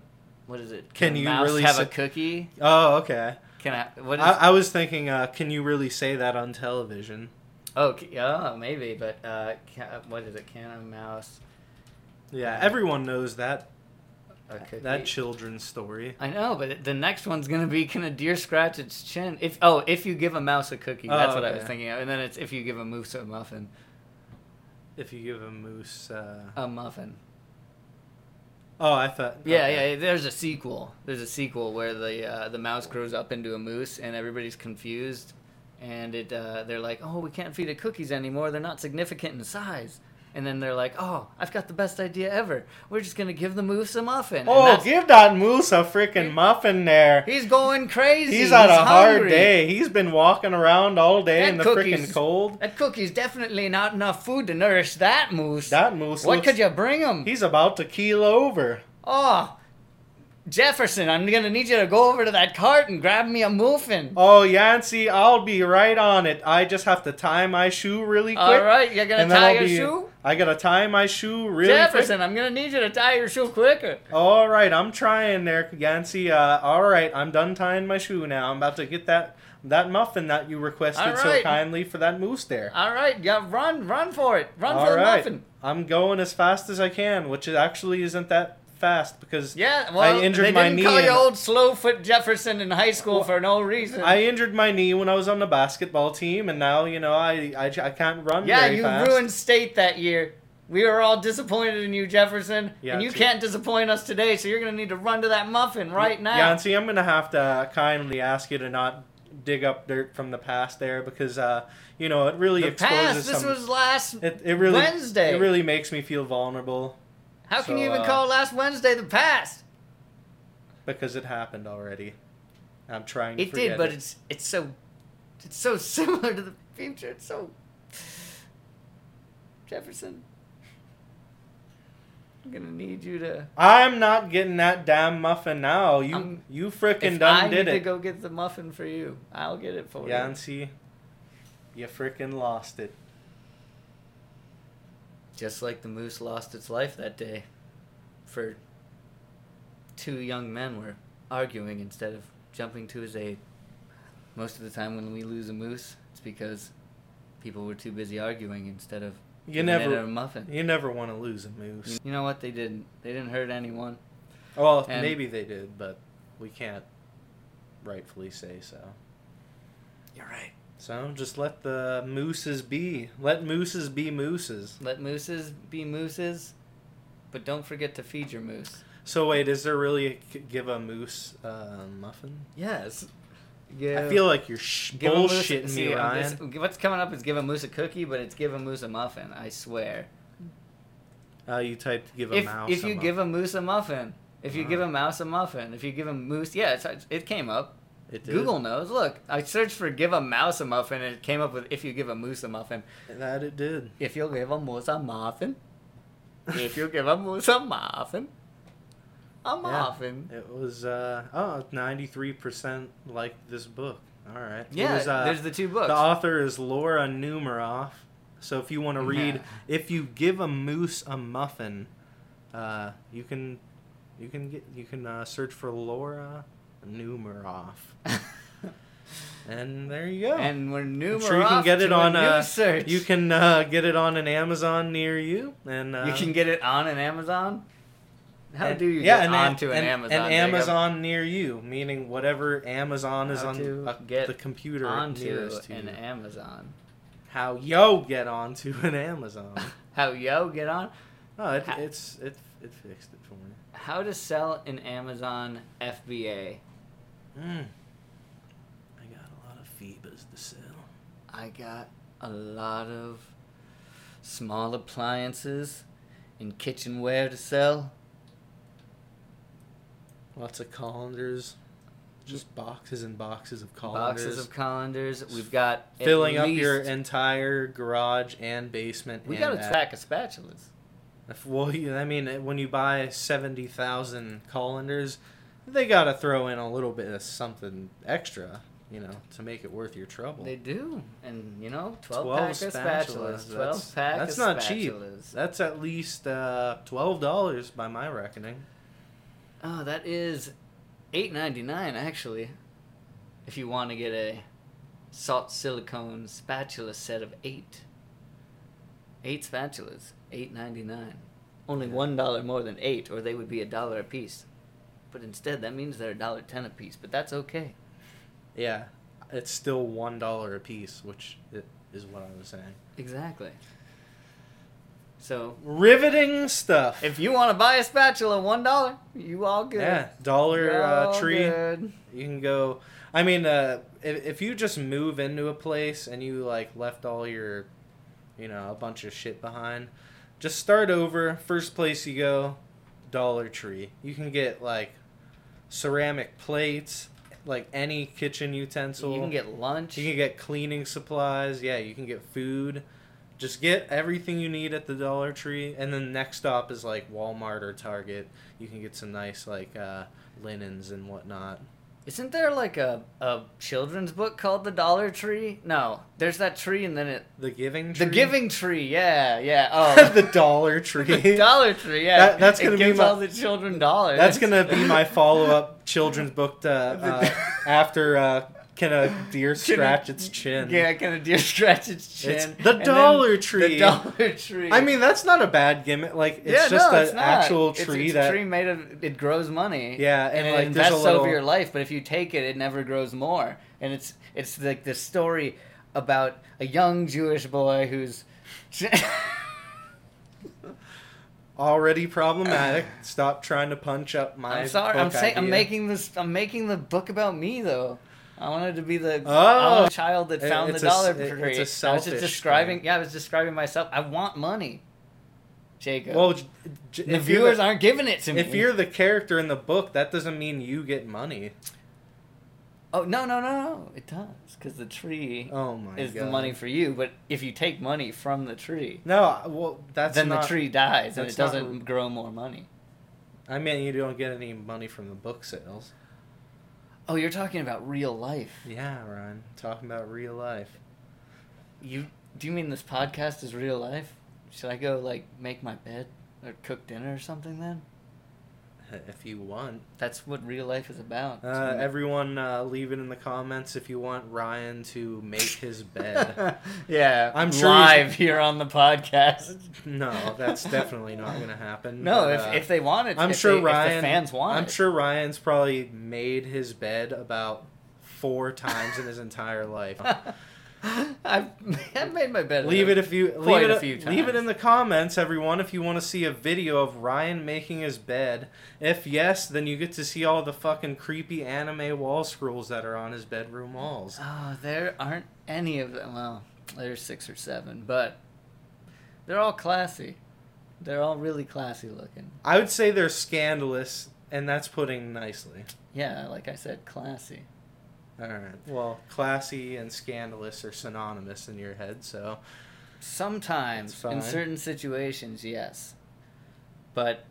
[SPEAKER 2] what is it?
[SPEAKER 1] Can
[SPEAKER 2] a
[SPEAKER 1] you
[SPEAKER 2] mouse
[SPEAKER 1] really
[SPEAKER 2] have
[SPEAKER 1] say-
[SPEAKER 2] a cookie?
[SPEAKER 1] Oh, okay.
[SPEAKER 2] Can I what is?
[SPEAKER 1] I, I was thinking, uh, can you really say that on television?
[SPEAKER 2] oh, ca- oh, maybe, but uh, can, what is it? Can a mouse
[SPEAKER 1] Yeah, everyone knows that
[SPEAKER 2] a cookie?
[SPEAKER 1] that children's story.
[SPEAKER 2] I know, but it- the next one's gonna be can a deer scratch its chin? If oh, if you give a mouse a cookie,
[SPEAKER 1] Oh,
[SPEAKER 2] that's what I
[SPEAKER 1] okay.
[SPEAKER 2] was thinking of. And then it's if you give a moose a muffin,
[SPEAKER 1] If you give a moose, uh...
[SPEAKER 2] a muffin.
[SPEAKER 1] oh, I thought.
[SPEAKER 2] Yeah,
[SPEAKER 1] okay.
[SPEAKER 2] yeah. There's a sequel. There's a sequel where the uh, the mouse grows up into a moose, and everybody's confused, and it uh, they're like, "Oh, we can't feed it cookies anymore. They're not significant in size." And then they're like, "Oh, I've got the best idea ever. We're just gonna give the moose a muffin."
[SPEAKER 1] Oh,
[SPEAKER 2] and that's-
[SPEAKER 1] give that moose a freaking muffin there.
[SPEAKER 2] he's going crazy.
[SPEAKER 1] He's had a hard
[SPEAKER 2] hungry.
[SPEAKER 1] day. He's been walking around all day
[SPEAKER 2] That
[SPEAKER 1] in the
[SPEAKER 2] cookie's-
[SPEAKER 1] freaking cold.
[SPEAKER 2] That cookie's definitely not enough food to nourish that moose.
[SPEAKER 1] That moose.
[SPEAKER 2] what
[SPEAKER 1] looks-
[SPEAKER 2] could you bring him?
[SPEAKER 1] He's about to keel over.
[SPEAKER 2] Oh, Jefferson, I'm gonna need you to go over to that cart and grab me a muffin.
[SPEAKER 1] Oh, Yancey, I'll be right on it. I just have to tie my shoe really quick.
[SPEAKER 2] All right, you're gonna
[SPEAKER 1] and then
[SPEAKER 2] tie
[SPEAKER 1] I'll
[SPEAKER 2] your
[SPEAKER 1] be-
[SPEAKER 2] shoe,
[SPEAKER 1] I gotta tie my shoe really quick.
[SPEAKER 2] Jefferson. I'm gonna need you to tie your shoe quicker.
[SPEAKER 1] All right, I'm trying there, Yancey. Uh, all right, I'm done tying my shoe now. I'm about to get that that muffin that you requested
[SPEAKER 2] All
[SPEAKER 1] so
[SPEAKER 2] right.
[SPEAKER 1] kindly for that moose there.
[SPEAKER 2] All right, yeah, run, run for it, run
[SPEAKER 1] All
[SPEAKER 2] for the
[SPEAKER 1] right.
[SPEAKER 2] muffin.
[SPEAKER 1] I'm going as fast as I can, which it actually isn't that fast because
[SPEAKER 2] Yeah, well,
[SPEAKER 1] injured
[SPEAKER 2] they
[SPEAKER 1] my
[SPEAKER 2] didn't
[SPEAKER 1] knee
[SPEAKER 2] call
[SPEAKER 1] in-
[SPEAKER 2] you old Slowfoot Jefferson in high school
[SPEAKER 1] Well,
[SPEAKER 2] for no reason.
[SPEAKER 1] I injured my knee when I was on the basketball team, and now you know I I, I can't run.
[SPEAKER 2] yeah,
[SPEAKER 1] very
[SPEAKER 2] you
[SPEAKER 1] fast.
[SPEAKER 2] ruined state that year. We were all disappointed in you, Jefferson,
[SPEAKER 1] Yeah,
[SPEAKER 2] and you
[SPEAKER 1] too.
[SPEAKER 2] can't disappoint us today. So you're gonna need to run to that muffin right now.
[SPEAKER 1] Yancy, I'm gonna have to kindly ask you to not dig up dirt from the past there because uh, you know it really
[SPEAKER 2] the
[SPEAKER 1] exposes
[SPEAKER 2] past. This
[SPEAKER 1] some.
[SPEAKER 2] was last.
[SPEAKER 1] it, it really
[SPEAKER 2] Wednesday.
[SPEAKER 1] It really makes me feel vulnerable
[SPEAKER 2] How can
[SPEAKER 1] so,
[SPEAKER 2] you even
[SPEAKER 1] uh,
[SPEAKER 2] call last Wednesday the past?
[SPEAKER 1] because it happened already. I'm trying. To
[SPEAKER 2] It
[SPEAKER 1] forget
[SPEAKER 2] did, but it's it's so it's so similar to the future. It's so Jefferson. I'm gonna need you to.
[SPEAKER 1] I'm not getting that damn muffin now. You
[SPEAKER 2] I'm-
[SPEAKER 1] you frickin'
[SPEAKER 2] if
[SPEAKER 1] done
[SPEAKER 2] I
[SPEAKER 1] did
[SPEAKER 2] need to
[SPEAKER 1] it,
[SPEAKER 2] go get the muffin for you, I'll get it for you.
[SPEAKER 1] Yancy. You frickin' lost it.
[SPEAKER 2] Just like the moose lost its life that day, for two young men were arguing instead of jumping to his aid. Most of the time, when we lose a moose, it's because people were too busy arguing instead of
[SPEAKER 1] You
[SPEAKER 2] giving
[SPEAKER 1] never
[SPEAKER 2] it a muffin.
[SPEAKER 1] You never want to lose a moose.
[SPEAKER 2] You know what? They didn't. They didn't hurt anyone.
[SPEAKER 1] Well,
[SPEAKER 2] And-
[SPEAKER 1] maybe they did, but we can't rightfully say so.
[SPEAKER 2] You're right.
[SPEAKER 1] So just let the mooses be. Let mooses be mooses.
[SPEAKER 2] Let mooses be mooses, but don't forget to feed your moose.
[SPEAKER 1] So wait, is there really a c give a moose uh, muffin?
[SPEAKER 2] Yes. Yeah.
[SPEAKER 1] I feel like you're sh-
[SPEAKER 2] Give a moose-
[SPEAKER 1] bullshitting
[SPEAKER 2] see,
[SPEAKER 1] me,
[SPEAKER 2] um,
[SPEAKER 1] Ryan.
[SPEAKER 2] this- what's coming up is give a moose a cookie, but it's give a moose a muffin. I swear.
[SPEAKER 1] Uh, you typed give a
[SPEAKER 2] If,
[SPEAKER 1] mouse.
[SPEAKER 2] if
[SPEAKER 1] a
[SPEAKER 2] you
[SPEAKER 1] muff-
[SPEAKER 2] give a moose a muffin, if you
[SPEAKER 1] Ah.
[SPEAKER 2] give a mouse a muffin, if you give a moose, yeah, it's, it came up.
[SPEAKER 1] it did.
[SPEAKER 2] Google knows. Look, I searched for give a mouse a muffin, and it came up with if you give a moose a muffin.
[SPEAKER 1] that, it did.
[SPEAKER 2] If you give a moose a muffin, if you give a moose a muffin, a muffin.
[SPEAKER 1] It was uh oh 93 percent like this book. All right. It
[SPEAKER 2] Yeah,
[SPEAKER 1] was, uh,
[SPEAKER 2] there's the two books.
[SPEAKER 1] The author is Laura Numeroff. So if you want to read,
[SPEAKER 2] Yeah.
[SPEAKER 1] if you give a moose a muffin, uh, you can, you can get, you can uh, search for Laura Numeroff, and there you go.
[SPEAKER 2] and we're
[SPEAKER 1] I'm
[SPEAKER 2] numerous.
[SPEAKER 1] sure you can get it on.
[SPEAKER 2] a
[SPEAKER 1] Uh,
[SPEAKER 2] new search.
[SPEAKER 1] You can uh, get it on an Amazon near you, and uh,
[SPEAKER 2] you can get it on an Amazon. How
[SPEAKER 1] and-
[SPEAKER 2] do you
[SPEAKER 1] yeah,
[SPEAKER 2] get
[SPEAKER 1] and,
[SPEAKER 2] onto an, Amazon?
[SPEAKER 1] An
[SPEAKER 2] Jacob?
[SPEAKER 1] Amazon near you, meaning whatever Amazon is
[SPEAKER 2] How
[SPEAKER 1] on
[SPEAKER 2] to
[SPEAKER 1] uh,
[SPEAKER 2] get
[SPEAKER 1] the computer
[SPEAKER 2] onto
[SPEAKER 1] nearest to
[SPEAKER 2] an
[SPEAKER 1] you.
[SPEAKER 2] Amazon.
[SPEAKER 1] How yo get onto an Amazon?
[SPEAKER 2] How yo get on?
[SPEAKER 1] Oh, Um, it,
[SPEAKER 2] Ha-
[SPEAKER 1] it's it it fixed it for me.
[SPEAKER 2] How to sell an Amazon FBA? Hmm.
[SPEAKER 1] Mm. I got a lot of FIBAs to sell.
[SPEAKER 2] I got a lot of small appliances and kitchenware to sell.
[SPEAKER 1] Lots of colanders, just boxes and boxes of colanders.
[SPEAKER 2] Boxes of colanders. We've got at
[SPEAKER 1] filling up your
[SPEAKER 2] least-
[SPEAKER 1] entire garage and basement.
[SPEAKER 2] We
[SPEAKER 1] and
[SPEAKER 2] got a
[SPEAKER 1] attic.
[SPEAKER 2] pack of spatulas.
[SPEAKER 1] If- Well, you- I mean, uh, when you buy seventy thousand colanders, they gotta throw in a little bit of something extra, you know, to make it worth your trouble.
[SPEAKER 2] They do, and you know, twelve,
[SPEAKER 1] 12
[SPEAKER 2] pack of spatulas.
[SPEAKER 1] spatulas,
[SPEAKER 2] Twelve
[SPEAKER 1] that's-
[SPEAKER 2] pack
[SPEAKER 1] that's
[SPEAKER 2] of
[SPEAKER 1] not cheap.
[SPEAKER 2] spatulas.
[SPEAKER 1] That's at least uh, twelve dollars by my reckoning.
[SPEAKER 2] Oh, that is eight ninety nine actually. If you want to get a salt silicone spatula set of eight. Eight spatulas, eight ninety nine. Only one dollar more than eight, or they would be a dollar a piece. But instead that means they're a dollar ten a piece, but that's okay.
[SPEAKER 1] Yeah, it's still one dollar a piece, which i- is what I was saying.
[SPEAKER 2] Exactly. So
[SPEAKER 1] Riveting stuff.
[SPEAKER 2] if you want to buy a spatula, one dollar, you all good.
[SPEAKER 1] yeah, dollar
[SPEAKER 2] You're
[SPEAKER 1] uh,
[SPEAKER 2] all
[SPEAKER 1] tree.
[SPEAKER 2] good.
[SPEAKER 1] You can go. I mean, uh, if, if you just move into a place and you like left all your, you know, a bunch of shit behind, just start over. First place you go, Dollar Tree. You can get like ceramic plates, like any kitchen utensil.
[SPEAKER 2] you can get lunch.
[SPEAKER 1] You can get cleaning supplies. Yeah, you can get food. Just get everything you need at the Dollar Tree, and then next stop is like Walmart or Target. You can get some nice like uh, linens and whatnot.
[SPEAKER 2] Isn't there like a, a children's book called The Dollar Tree? No, there's that tree and then it.
[SPEAKER 1] The Giving Tree.
[SPEAKER 2] The Giving Tree, yeah, yeah. Oh,
[SPEAKER 1] the Dollar
[SPEAKER 2] the
[SPEAKER 1] Tree.
[SPEAKER 2] Dollar Tree, yeah.
[SPEAKER 1] That- that's
[SPEAKER 2] It
[SPEAKER 1] gonna be
[SPEAKER 2] gives
[SPEAKER 1] my-
[SPEAKER 2] all the children dollars.
[SPEAKER 1] That's gonna be my follow-up children's book to uh, after uh, Can a deer scratch its chin?
[SPEAKER 2] Yeah, can a deer scratch its chin?
[SPEAKER 1] It's
[SPEAKER 2] and
[SPEAKER 1] the
[SPEAKER 2] then
[SPEAKER 1] Dollar Tree.
[SPEAKER 2] The Dollar Tree.
[SPEAKER 1] I mean, that's not a bad gimmick. Like, it's
[SPEAKER 2] yeah,
[SPEAKER 1] just
[SPEAKER 2] no,
[SPEAKER 1] an
[SPEAKER 2] it's not.
[SPEAKER 1] actual
[SPEAKER 2] It's-
[SPEAKER 1] tree
[SPEAKER 2] it's,
[SPEAKER 1] that.
[SPEAKER 2] a tree made of it grows money.
[SPEAKER 1] Yeah, and,
[SPEAKER 2] and, it
[SPEAKER 1] like, there's a
[SPEAKER 2] invests
[SPEAKER 1] little-
[SPEAKER 2] over your life. But if you take it, it never grows more. And it's it's like this story about a young Jewish boy who's.
[SPEAKER 1] already problematic. Stop trying to punch up my.
[SPEAKER 2] I'm sorry. I'm
[SPEAKER 1] book
[SPEAKER 2] saying I'm
[SPEAKER 1] idea.
[SPEAKER 2] making this. I'm making the book about me though. I wanted to be the
[SPEAKER 1] Oh.
[SPEAKER 2] I want a child that
[SPEAKER 1] It-
[SPEAKER 2] found
[SPEAKER 1] it's
[SPEAKER 2] the
[SPEAKER 1] a s-
[SPEAKER 2] dollar
[SPEAKER 1] it-
[SPEAKER 2] tree.
[SPEAKER 1] it's a
[SPEAKER 2] I was
[SPEAKER 1] selfish
[SPEAKER 2] just describing.
[SPEAKER 1] thing.
[SPEAKER 2] Yeah, I was describing myself. I want money, Jacob.
[SPEAKER 1] Well, j- j-
[SPEAKER 2] the
[SPEAKER 1] if you're
[SPEAKER 2] viewers aren't giving it to me.
[SPEAKER 1] If you're the character in the book, that doesn't mean you get money.
[SPEAKER 2] oh no no no no, it does because the tree
[SPEAKER 1] Oh my
[SPEAKER 2] is
[SPEAKER 1] god.
[SPEAKER 2] the money for you. But if you take money from the tree,
[SPEAKER 1] No, I- well, that's
[SPEAKER 2] then
[SPEAKER 1] not-
[SPEAKER 2] the tree dies and it
[SPEAKER 1] that's not-
[SPEAKER 2] doesn't grow more money.
[SPEAKER 1] I mean, you don't get any money from the book sales.
[SPEAKER 2] Oh, you're talking about real life.
[SPEAKER 1] Yeah, Ryan, talking about real life.
[SPEAKER 2] You do you mean this podcast is real life? Should I go like make my bed or cook dinner or something then?
[SPEAKER 1] If you want,
[SPEAKER 2] That's what real life is about.
[SPEAKER 1] uh, everyone, uh, leave it in the comments if you want Ryan to make his bed.
[SPEAKER 2] yeah,
[SPEAKER 1] I'm
[SPEAKER 2] I'm
[SPEAKER 1] sure
[SPEAKER 2] live here on the podcast.
[SPEAKER 1] no, that's definitely not going to happen.
[SPEAKER 2] No,
[SPEAKER 1] but,
[SPEAKER 2] if,
[SPEAKER 1] uh,
[SPEAKER 2] if they want it,
[SPEAKER 1] I'm
[SPEAKER 2] if
[SPEAKER 1] sure
[SPEAKER 2] they- if
[SPEAKER 1] Ryan.
[SPEAKER 2] the fans want
[SPEAKER 1] I'm
[SPEAKER 2] it.
[SPEAKER 1] sure Ryan's probably made his bed about four times in his entire life.
[SPEAKER 2] I've, I've made my bed.
[SPEAKER 1] Leave it if you leave
[SPEAKER 2] Quite
[SPEAKER 1] it,
[SPEAKER 2] a few
[SPEAKER 1] leave it
[SPEAKER 2] times.
[SPEAKER 1] in the comments, everyone, if you want to see a video of Ryan making his bed. If yes, then you get to see all the fucking creepy anime wall scrolls that are on his bedroom walls.
[SPEAKER 2] Oh, there aren't any of them. Well, there's six or seven, but they're all classy. They're all really classy looking.
[SPEAKER 1] I would say they're scandalous, and that's putting nicely.
[SPEAKER 2] Yeah, like I said, classy.
[SPEAKER 1] All right. Well, classy and scandalous are synonymous in your head, so That's
[SPEAKER 2] Sometimes,
[SPEAKER 1] fine.
[SPEAKER 2] in certain situations, yes. But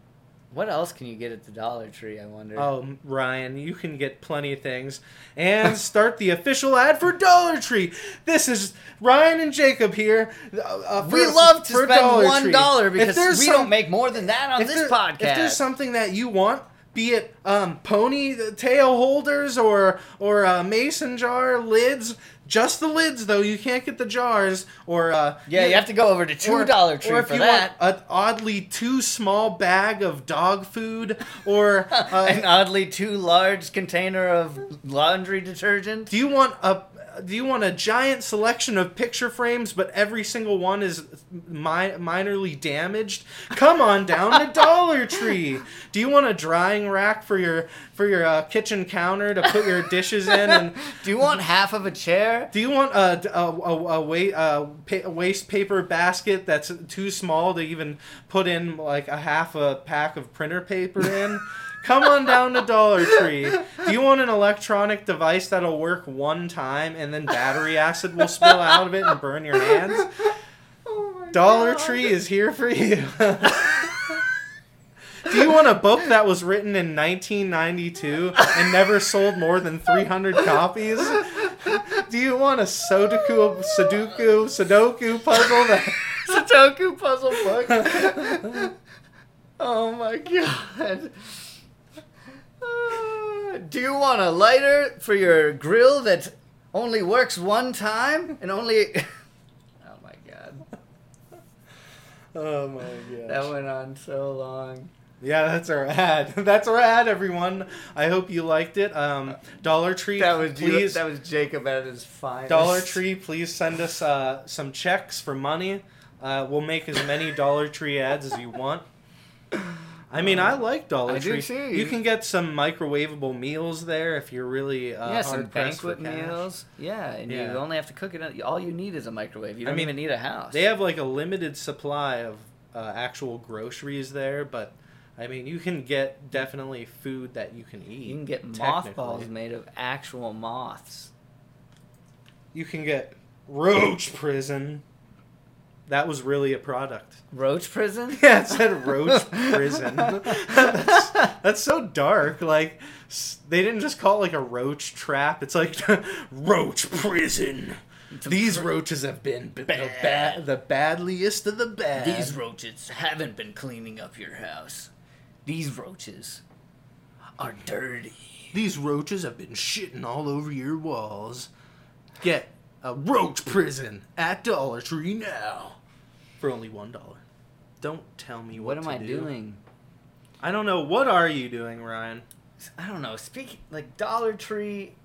[SPEAKER 2] what else can you get at the Dollar Tree? I wonder.
[SPEAKER 1] Oh, Ryan, you can get plenty of things. And start the official ad for Dollar Tree. This is Ryan and Jacob here. uh, uh,
[SPEAKER 2] we
[SPEAKER 1] for-
[SPEAKER 2] love to
[SPEAKER 1] for
[SPEAKER 2] spend
[SPEAKER 1] Dollar
[SPEAKER 2] one
[SPEAKER 1] Tree.
[SPEAKER 2] dollar
[SPEAKER 1] If
[SPEAKER 2] because we
[SPEAKER 1] there's some-
[SPEAKER 2] don't make more than that on
[SPEAKER 1] if
[SPEAKER 2] this
[SPEAKER 1] there-
[SPEAKER 2] podcast.
[SPEAKER 1] If there's something that you want, be it um, pony tail holders or or uh, mason jar lids, just the lids though. You can't get the jars or uh,
[SPEAKER 2] yeah, you have to go over to
[SPEAKER 1] or-
[SPEAKER 2] two Dollar Tree
[SPEAKER 1] or if
[SPEAKER 2] for
[SPEAKER 1] you
[SPEAKER 2] that.
[SPEAKER 1] want an oddly too small bag of dog food or uh,
[SPEAKER 2] An oddly too large container of laundry detergent.
[SPEAKER 1] Do you want a do you want a giant selection of picture frames, but every single one is mi- minorly damaged? Come on down to Dollar Tree. Do you want a drying rack for your for your uh, kitchen counter to put your dishes in? And
[SPEAKER 2] Do you want half of a chair?
[SPEAKER 1] do you want a a, a, a, wa- a, pa- a waste paper basket that's too small to even put in like a half a pack of printer paper in? Come on down to Dollar Tree. Do you want an electronic device that'll work one time and then battery acid will spill out of it and burn your hands? Dollar Tree is here for you. Do you want a book that was written in 1992 and never sold more than 300 copies? Do you want a Sudoku Sudoku Sudoku puzzle that
[SPEAKER 2] Sudoku puzzle book. oh my god. Uh, do you want a lighter for your grill that only works one time and only. oh my god.
[SPEAKER 1] Oh my gosh.
[SPEAKER 2] That went on so long.
[SPEAKER 1] yeah, that's our ad. That's our ad, everyone. I hope you liked it. Um, Dollar Tree,
[SPEAKER 2] That was
[SPEAKER 1] please.
[SPEAKER 2] that was Jacob at his finest.
[SPEAKER 1] Dollar Tree, please send us uh, some checks for money. Uh, we'll make as many Dollar Tree ads as you want. I mean, I like Dollar
[SPEAKER 2] Um, I do
[SPEAKER 1] Tree.
[SPEAKER 2] too.
[SPEAKER 1] You can get some microwavable meals there if you're really uh,
[SPEAKER 2] yeah, some
[SPEAKER 1] hard-pressed for
[SPEAKER 2] banquet
[SPEAKER 1] cash.
[SPEAKER 2] meals. Yeah, and
[SPEAKER 1] Yeah.
[SPEAKER 2] you only have to cook it. in- All you need is a microwave. You
[SPEAKER 1] I
[SPEAKER 2] don't
[SPEAKER 1] mean,
[SPEAKER 2] even need a house.
[SPEAKER 1] They have like a limited supply of uh, actual groceries there, but I mean, you can get definitely food that you can eat.
[SPEAKER 2] You can get
[SPEAKER 1] technically.
[SPEAKER 2] mothballs made of actual moths.
[SPEAKER 1] You can get roach prison. That was really a product.
[SPEAKER 2] Roach prison?
[SPEAKER 1] Yeah, it said roach prison. that's, that's so dark. Like s- they didn't just call it like a roach trap. It's like roach prison.
[SPEAKER 2] It's a
[SPEAKER 1] These
[SPEAKER 2] pr-
[SPEAKER 1] roaches have been b- the, ba-
[SPEAKER 2] Bad.
[SPEAKER 1] the badliest of the bad.
[SPEAKER 2] These roaches haven't been cleaning up your house. These roaches are dirty.
[SPEAKER 1] These roaches have been shitting all over your walls. Get a roach prison at Dollar Tree now for only one dollar. Don't tell me what,
[SPEAKER 2] What am
[SPEAKER 1] to
[SPEAKER 2] I
[SPEAKER 1] do.
[SPEAKER 2] doing?
[SPEAKER 1] I don't know. What are you doing, Ryan?
[SPEAKER 2] I don't know. Speaking like Dollar Tree,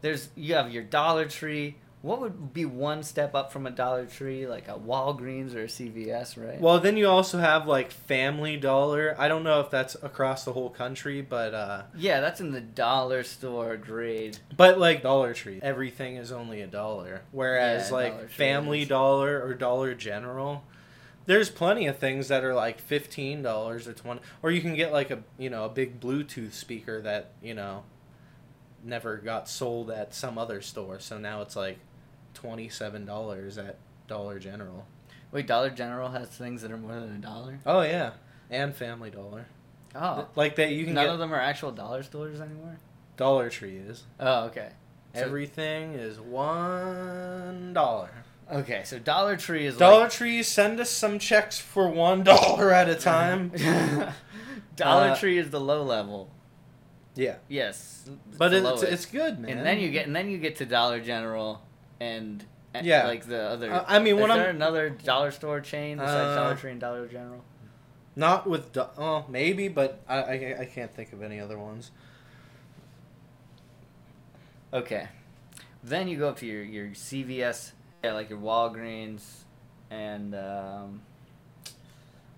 [SPEAKER 2] there's you have your Dollar Tree. What would be one step up from a Dollar Tree, like a Walgreens or a CVS, right?
[SPEAKER 1] Well, then you also have like Family Dollar. I don't know if that's across the whole country, but uh,
[SPEAKER 2] yeah, that's in the dollar store grade.
[SPEAKER 1] but like Dollar Tree, everything is only a dollar. Whereas
[SPEAKER 2] Yeah,
[SPEAKER 1] like
[SPEAKER 2] Dollar Tree
[SPEAKER 1] Family
[SPEAKER 2] is.
[SPEAKER 1] Dollar or Dollar General, there's plenty of things that are like fifteen dollars or twenty, or you can get like a you know a big Bluetooth speaker that you know never got sold at some other store, so now it's like twenty seven dollars at Dollar General.
[SPEAKER 2] Wait, Dollar General has things that are more than a dollar.
[SPEAKER 1] Oh yeah, and Family Dollar.
[SPEAKER 2] Oh,
[SPEAKER 1] Like that, you can
[SPEAKER 2] none
[SPEAKER 1] get
[SPEAKER 2] of them are actual dollar stores anymore.
[SPEAKER 1] Dollar Tree is.
[SPEAKER 2] Oh, okay. So-
[SPEAKER 1] Everything is one dollar.
[SPEAKER 2] okay, so Dollar Tree is
[SPEAKER 1] Dollar
[SPEAKER 2] like-
[SPEAKER 1] Tree, send us some checks for one dollar at a time.
[SPEAKER 2] Dollar
[SPEAKER 1] Uh,
[SPEAKER 2] Tree is the low level.
[SPEAKER 1] yeah,
[SPEAKER 2] Yes,
[SPEAKER 1] but
[SPEAKER 2] the
[SPEAKER 1] it's
[SPEAKER 2] lowest.
[SPEAKER 1] it's good, man.
[SPEAKER 2] and then you get and then you get to Dollar General and and,
[SPEAKER 1] Yeah.
[SPEAKER 2] like the other.
[SPEAKER 1] Uh, I mean,
[SPEAKER 2] is
[SPEAKER 1] when
[SPEAKER 2] there
[SPEAKER 1] I'm-
[SPEAKER 2] another dollar store chain
[SPEAKER 1] Uh,
[SPEAKER 2] besides Dollar Tree and Dollar General?
[SPEAKER 1] not with do- oh maybe, but I, I I can't think of any other ones.
[SPEAKER 2] Okay, then you go up to your your CVS, yeah, like your Walgreens, and um,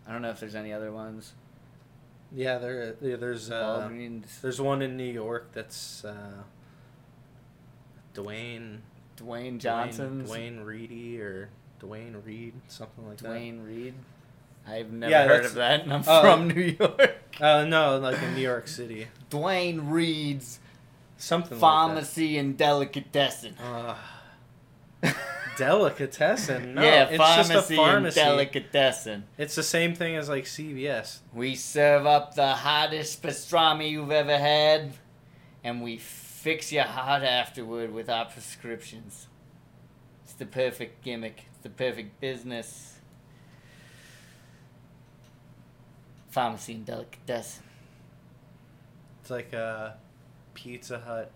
[SPEAKER 2] I don't know if there's any other ones.
[SPEAKER 1] Yeah, there there- there's uh,
[SPEAKER 2] Walgreens,
[SPEAKER 1] there's one in New York that's uh, Dwayne
[SPEAKER 2] Dwayne
[SPEAKER 1] Dwayne-
[SPEAKER 2] Johnson's, Dwayne,
[SPEAKER 1] Dwayne Reedy or Dwayne Reed, something like that.
[SPEAKER 2] Reed. I've never
[SPEAKER 1] Yeah,
[SPEAKER 2] heard
[SPEAKER 1] that's-
[SPEAKER 2] of that, and I'm
[SPEAKER 1] oh.
[SPEAKER 2] from New York.
[SPEAKER 1] Uh, no, like in New York City,
[SPEAKER 2] Dwayne Reed's
[SPEAKER 1] something like
[SPEAKER 2] Pharmacy and Delicatessen.
[SPEAKER 1] that. Uh, delicatessen. No,
[SPEAKER 2] yeah,
[SPEAKER 1] it's
[SPEAKER 2] pharmacy,
[SPEAKER 1] just a pharmacy.
[SPEAKER 2] and delicatessen.
[SPEAKER 1] it's the same thing as like CVS.
[SPEAKER 2] We serve up the hottest pastrami you've ever had, and we fix you hot afterward with our prescriptions. It's the perfect gimmick. It's the perfect business. Pharmacy and delicatessen.
[SPEAKER 1] It's like a Pizza Hut.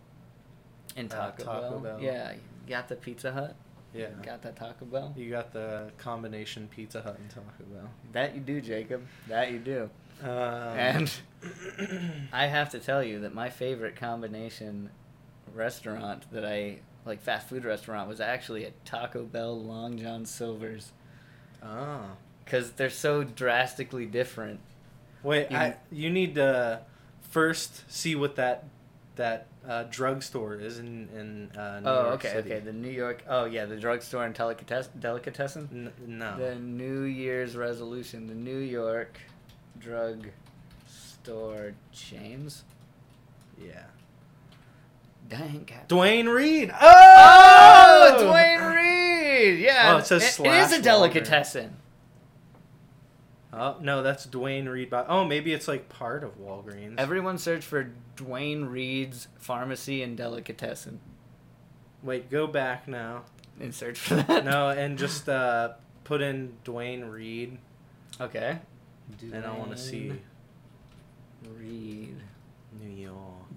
[SPEAKER 2] And
[SPEAKER 1] Uh,
[SPEAKER 2] Taco,
[SPEAKER 1] Taco
[SPEAKER 2] Bell.
[SPEAKER 1] Bell.
[SPEAKER 2] Yeah, you got the Pizza Hut.
[SPEAKER 1] Yeah.
[SPEAKER 2] Got that Taco Bell.
[SPEAKER 1] You got the combination Pizza Hut and Taco Bell.
[SPEAKER 2] That you do, Jacob. That you do.
[SPEAKER 1] Um,
[SPEAKER 2] and I have to tell you that my favorite combination restaurant that I like fast food restaurant was actually at Taco Bell Long John Silver's
[SPEAKER 1] oh.
[SPEAKER 2] because they're so drastically different.
[SPEAKER 1] Wait,
[SPEAKER 2] You-
[SPEAKER 1] I, you need to first see what that that uh, drugstore is in in uh, New
[SPEAKER 2] oh,
[SPEAKER 1] York
[SPEAKER 2] okay,
[SPEAKER 1] City.
[SPEAKER 2] okay. The New York. Oh, yeah, the drugstore and delicatessen. delicatessen?
[SPEAKER 1] N- no.
[SPEAKER 2] The New Year's resolution. The New York drug store chains.
[SPEAKER 1] yeah.
[SPEAKER 2] Dang. Cap-
[SPEAKER 1] Dwayne Reed.
[SPEAKER 2] Oh,
[SPEAKER 1] Oh,
[SPEAKER 2] Dwayne Reed. Yeah,
[SPEAKER 1] Oh, it says
[SPEAKER 2] it is
[SPEAKER 1] slash
[SPEAKER 2] a
[SPEAKER 1] Walgreens.
[SPEAKER 2] delicatessen.
[SPEAKER 1] Oh no, that's Dwayne Reed. By oh, maybe it's like part of Walgreens.
[SPEAKER 2] Everyone search for Dwayne Reed's Pharmacy and Delicatessen
[SPEAKER 1] Wait, go back now.
[SPEAKER 2] and search for that.
[SPEAKER 1] No, and just uh, put in Dwayne Reed,
[SPEAKER 2] Okay.
[SPEAKER 1] and I want to see
[SPEAKER 2] Reed.
[SPEAKER 1] New York.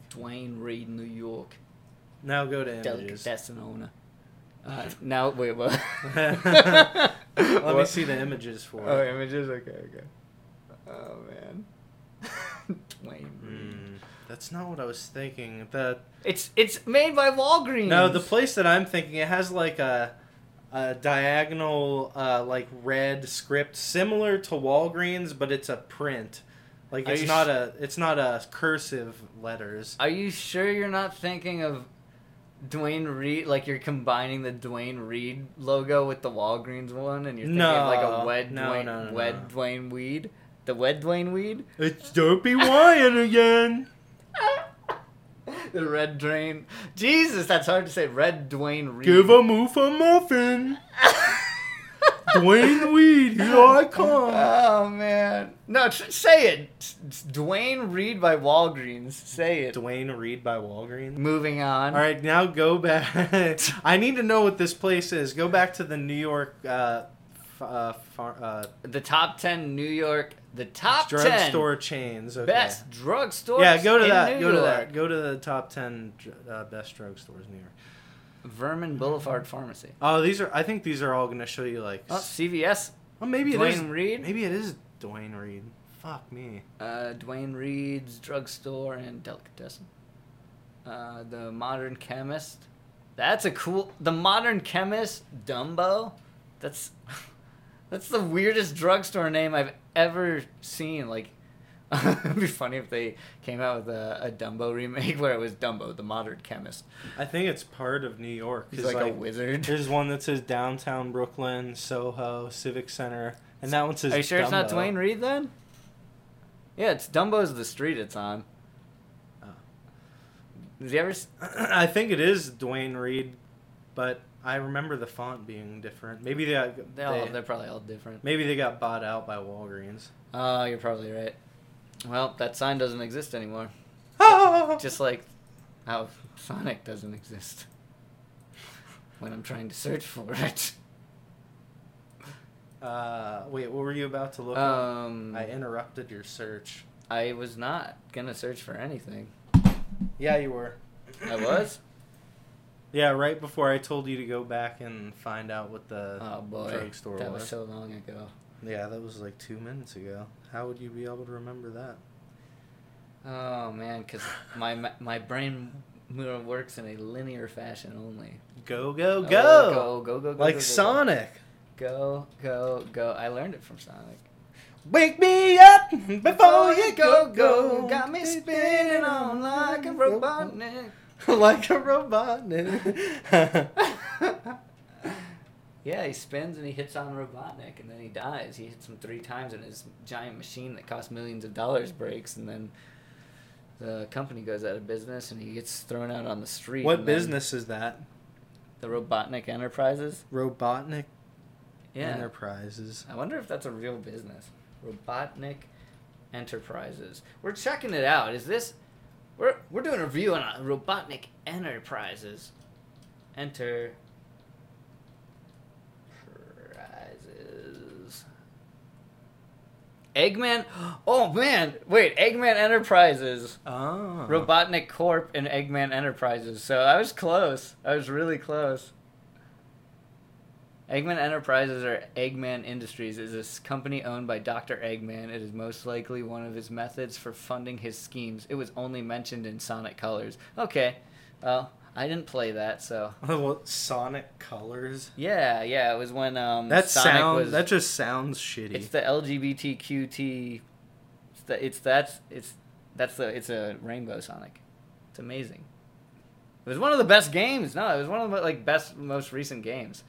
[SPEAKER 2] Dwayne Reed, New York.
[SPEAKER 1] Now go to images.
[SPEAKER 2] Delicatessen owner. Uh, now, wait, what?
[SPEAKER 1] Let
[SPEAKER 2] What?
[SPEAKER 1] me see the images for
[SPEAKER 2] Oh,
[SPEAKER 1] it.
[SPEAKER 2] images? Okay, okay. Oh, man. Dwayne Reed.
[SPEAKER 1] Mm, that's not what I was thinking. The
[SPEAKER 2] It's it's made by Walgreens.
[SPEAKER 1] no, the place that I'm thinking it has like a a diagonal uh, like red script similar to Walgreens, but it's a print. Like
[SPEAKER 2] Are
[SPEAKER 1] it's
[SPEAKER 2] you
[SPEAKER 1] not
[SPEAKER 2] sh-
[SPEAKER 1] a it's not a cursive letters.
[SPEAKER 2] Are you sure you're not thinking of Dwayne Reed? Like you're combining the Dwayne Reed logo with the Walgreens one, and you're thinking of like
[SPEAKER 1] No,
[SPEAKER 2] a wed
[SPEAKER 1] no,
[SPEAKER 2] Dwayne,
[SPEAKER 1] no, no,
[SPEAKER 2] wed
[SPEAKER 1] no.
[SPEAKER 2] Dwayne Weed, the wed Dwayne Weed,
[SPEAKER 1] It's Dopey Wyan again.
[SPEAKER 2] the red drain. Jesus, that's hard to say. Red Dwayne Reed.
[SPEAKER 1] Give a moof a muffin. Dwayne Weed, here I come.
[SPEAKER 2] Oh man, no, tr- say it. It's Dwayne Reed by Walgreens. Say it.
[SPEAKER 1] Dwayne Reed by Walgreens.
[SPEAKER 2] Moving on.
[SPEAKER 1] All right, now go back. I need to know what this place is. Go back to the New York uh, f- uh, far, uh,
[SPEAKER 2] The top ten New York, the top ten
[SPEAKER 1] drugstore chains. Okay.
[SPEAKER 2] best drugstore.
[SPEAKER 1] Yeah, go to that. Go to that. Go to the top ten dr- uh, best drugstores in New York.
[SPEAKER 2] Vermin Boulevard Pharmacy.
[SPEAKER 1] Oh, these are. I think these are all going to show you like.
[SPEAKER 2] Oh,
[SPEAKER 1] s-
[SPEAKER 2] CVS.
[SPEAKER 1] well, maybe it is.
[SPEAKER 2] Dwayne Reed?
[SPEAKER 1] Maybe it is Dwayne Reed. Fuck me.
[SPEAKER 2] Uh, Dwayne Reed's drugstore and delicatessen. Uh, the Modern Chemist. That's a cool. The Modern Chemist Dumbo. That's that's the weirdest drugstore name I've ever seen. Like, it'd be funny if they came out with a, a Dumbo remake where it was Dumbo, the Modern Chemist.
[SPEAKER 1] I think it's part of New York.
[SPEAKER 2] He's
[SPEAKER 1] 'cause,
[SPEAKER 2] like, a wizard.
[SPEAKER 1] There's one that says downtown Brooklyn, Soho, Civic Center, and that one says.
[SPEAKER 2] Are you sure it's not
[SPEAKER 1] Dumbo.
[SPEAKER 2] Dwayne Reed then? Yeah, it's Dumbo's the street it's on.
[SPEAKER 1] Oh.
[SPEAKER 2] Did you ever? s-
[SPEAKER 1] I think it is Dwayne Reed, but I remember the font being different. Maybe they, got,
[SPEAKER 2] They all,
[SPEAKER 1] they-
[SPEAKER 2] they're probably all different.
[SPEAKER 1] maybe they got bought out by Walgreens.
[SPEAKER 2] Oh, you're probably right. Well, that sign doesn't exist anymore.
[SPEAKER 1] Oh.
[SPEAKER 2] Just like how Sonic doesn't exist when I'm trying to search for it.
[SPEAKER 1] uh, wait, what were you about to look? up?
[SPEAKER 2] Um,
[SPEAKER 1] I
[SPEAKER 2] I,
[SPEAKER 1] interrupted your search.
[SPEAKER 2] was not gonna search for anything.
[SPEAKER 1] Yeah, you were.
[SPEAKER 2] I was.
[SPEAKER 1] Yeah, right before I told you to go back and find out what the
[SPEAKER 2] Oh boy,
[SPEAKER 1] drugstore
[SPEAKER 2] that
[SPEAKER 1] was.
[SPEAKER 2] was so long ago.
[SPEAKER 1] yeah, that was like two minutes ago. How would you be able to remember that?
[SPEAKER 2] Oh man, because my ma- my brain mo- works in a linear fashion only.
[SPEAKER 1] Go go
[SPEAKER 2] Oh,
[SPEAKER 1] go!
[SPEAKER 2] go go go go!
[SPEAKER 1] like
[SPEAKER 2] go, go, go.
[SPEAKER 1] Sonic.
[SPEAKER 2] Go go go! I learned it from Sonic.
[SPEAKER 1] Wake me up
[SPEAKER 2] Before you go, go, got me spinning on like a robotnik.
[SPEAKER 1] like a robotnik.
[SPEAKER 2] yeah, he spins and he hits on Robotnik and then he dies. He hits him three times and his giant machine that costs millions of dollars breaks and then the company goes out of business and he gets thrown out on the street.
[SPEAKER 1] what
[SPEAKER 2] and then
[SPEAKER 1] business is that?
[SPEAKER 2] The Robotnik Enterprises?
[SPEAKER 1] Robotnik
[SPEAKER 2] Yeah.
[SPEAKER 1] Enterprises.
[SPEAKER 2] I wonder if that's a real business. Robotnik Enterprises. We're checking it out. Is this? We're we're doing a review on uh, Robotnik Enterprises. Enterprises. Eggman. Oh man! Wait, Eggman Enterprises.
[SPEAKER 1] Oh.
[SPEAKER 2] Robotnik Corp and Eggman Enterprises. So I was close. I was really close. Eggman Enterprises or Eggman Industries is a s- company owned by Dr. Eggman. It is most likely one of his methods for funding his schemes. It was only mentioned in Sonic Colors. Okay. Well, I didn't play that, so
[SPEAKER 1] well, Sonic Colors.
[SPEAKER 2] yeah, yeah. It was when um
[SPEAKER 1] That
[SPEAKER 2] Sonic
[SPEAKER 1] sound.
[SPEAKER 2] was
[SPEAKER 1] that just sounds shitty.
[SPEAKER 2] it's the LGBTQT. It's, the, it's that's it's that's the it's a rainbow Sonic. It's amazing. It was one of the best games. No, it was one of the like best most recent games.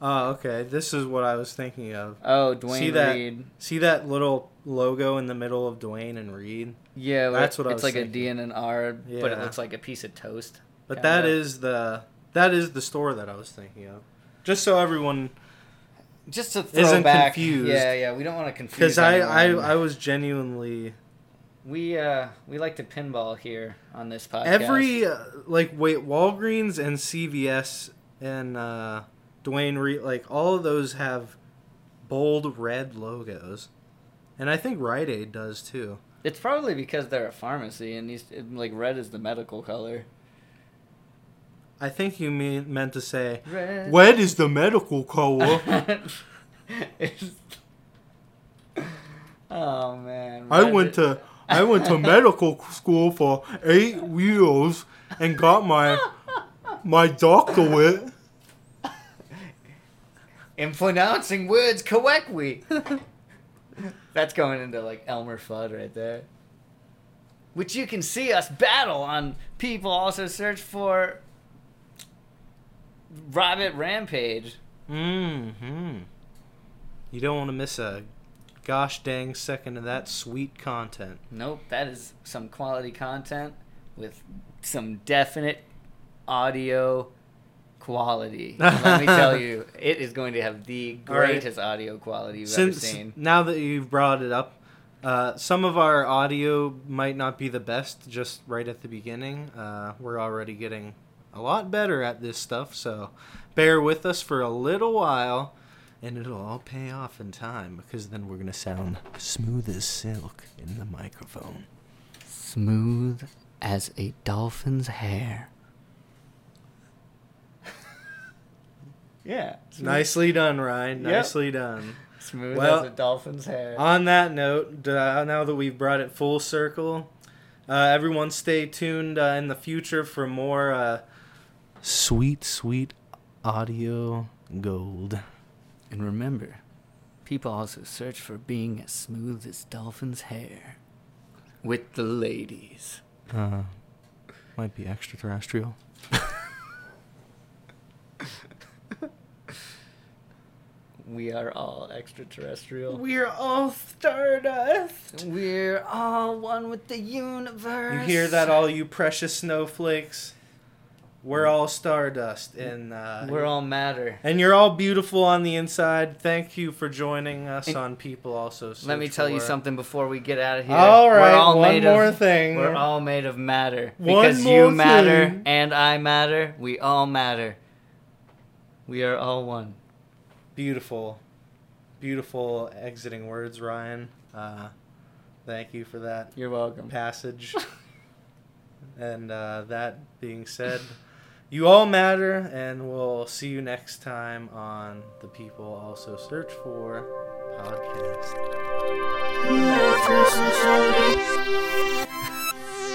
[SPEAKER 1] oh, okay. This is what I was thinking of.
[SPEAKER 2] Oh, Dwayne
[SPEAKER 1] See that?
[SPEAKER 2] Reed.
[SPEAKER 1] See that little logo in the middle of Dwayne and Reed?
[SPEAKER 2] Yeah, where
[SPEAKER 1] That's what I
[SPEAKER 2] it's
[SPEAKER 1] was
[SPEAKER 2] like
[SPEAKER 1] thinking.
[SPEAKER 2] a D and an R, but it
[SPEAKER 1] Yeah.
[SPEAKER 2] looks like a piece of toast.
[SPEAKER 1] But
[SPEAKER 2] Kinda.
[SPEAKER 1] that is the that is the store that I was thinking of. Just so everyone,
[SPEAKER 2] just to
[SPEAKER 1] throw
[SPEAKER 2] throw
[SPEAKER 1] Isn't back-
[SPEAKER 2] back.
[SPEAKER 1] confused.
[SPEAKER 2] Yeah, yeah. We don't want to confuse.
[SPEAKER 1] because I,
[SPEAKER 2] anyone.
[SPEAKER 1] I I was genuinely
[SPEAKER 2] we uh we like to pinball here on this podcast.
[SPEAKER 1] every uh, like wait Walgreens and CVS and uh, Dwayne Reed like all of those have bold red logos, and I think Rite Aid does too.
[SPEAKER 2] It's probably because they're a pharmacy and these like red is the medical color.
[SPEAKER 1] I think you mean meant to say
[SPEAKER 2] Red.
[SPEAKER 1] red is the medical
[SPEAKER 2] Oh,
[SPEAKER 1] color.
[SPEAKER 2] It's- oh man.
[SPEAKER 1] I
[SPEAKER 2] Red
[SPEAKER 1] went
[SPEAKER 2] is-
[SPEAKER 1] to I went to medical school for eight years and got my my doctorate.
[SPEAKER 2] in pronouncing words correctly. That's going into like Elmer Fudd right there. Which you can see us battle on. People also search for Robert Rampage.
[SPEAKER 1] Mm-hmm. You don't want to miss a gosh dang second of that sweet content.
[SPEAKER 2] Nope, that is some quality content with some definite audio quality. Let me tell you, it is going to have the
[SPEAKER 1] All right.
[SPEAKER 2] greatest audio quality you've
[SPEAKER 1] Since
[SPEAKER 2] ever seen.
[SPEAKER 1] now that you've brought it up, uh, some of our audio might not be the best just right at the beginning. Uh, we're already getting a lot better at this stuff, so bear with us for a little while. and it'll all pay off in time because then we're gonna sound smooth as silk in the microphone.
[SPEAKER 2] Smooth as a dolphin's hair. yeah. smooth-
[SPEAKER 1] Nicely done, Ryan.
[SPEAKER 2] Yep.
[SPEAKER 1] Nicely done.
[SPEAKER 2] Smooth
[SPEAKER 1] Well, uh,
[SPEAKER 2] as a dolphin's hair.
[SPEAKER 1] On that note, uh, now that we've brought it full circle, uh, everyone stay tuned uh, in the future for more uh, sweet, sweet audio gold.
[SPEAKER 2] and remember, people also search for being as smooth as dolphin's hair. With the ladies.
[SPEAKER 1] Uh, might be extraterrestrial.
[SPEAKER 2] We are all extraterrestrial.
[SPEAKER 1] We're all stardust.
[SPEAKER 2] We're all one with the universe.
[SPEAKER 1] You hear that, all you precious snowflakes? We're all stardust, and uh,
[SPEAKER 2] We're all matter.
[SPEAKER 1] and you're all beautiful on the inside. Thank you for joining us
[SPEAKER 2] And-
[SPEAKER 1] on People Also.
[SPEAKER 2] Let me
[SPEAKER 1] Search
[SPEAKER 2] tell you
[SPEAKER 1] For.
[SPEAKER 2] something before we get out of here.
[SPEAKER 1] All
[SPEAKER 2] We're
[SPEAKER 1] right,
[SPEAKER 2] all
[SPEAKER 1] one
[SPEAKER 2] made
[SPEAKER 1] more
[SPEAKER 2] of,
[SPEAKER 1] thing.
[SPEAKER 2] We're all made of matter.
[SPEAKER 1] One
[SPEAKER 2] Because
[SPEAKER 1] more
[SPEAKER 2] you matter
[SPEAKER 1] thing.
[SPEAKER 2] and I matter. We all matter. We are all one.
[SPEAKER 1] beautiful, beautiful exiting words, Ryan. Uh, thank you for that
[SPEAKER 2] You're welcome.
[SPEAKER 1] passage. and uh, that being said, you all matter, and we'll see you next time on the People Also Search For podcast.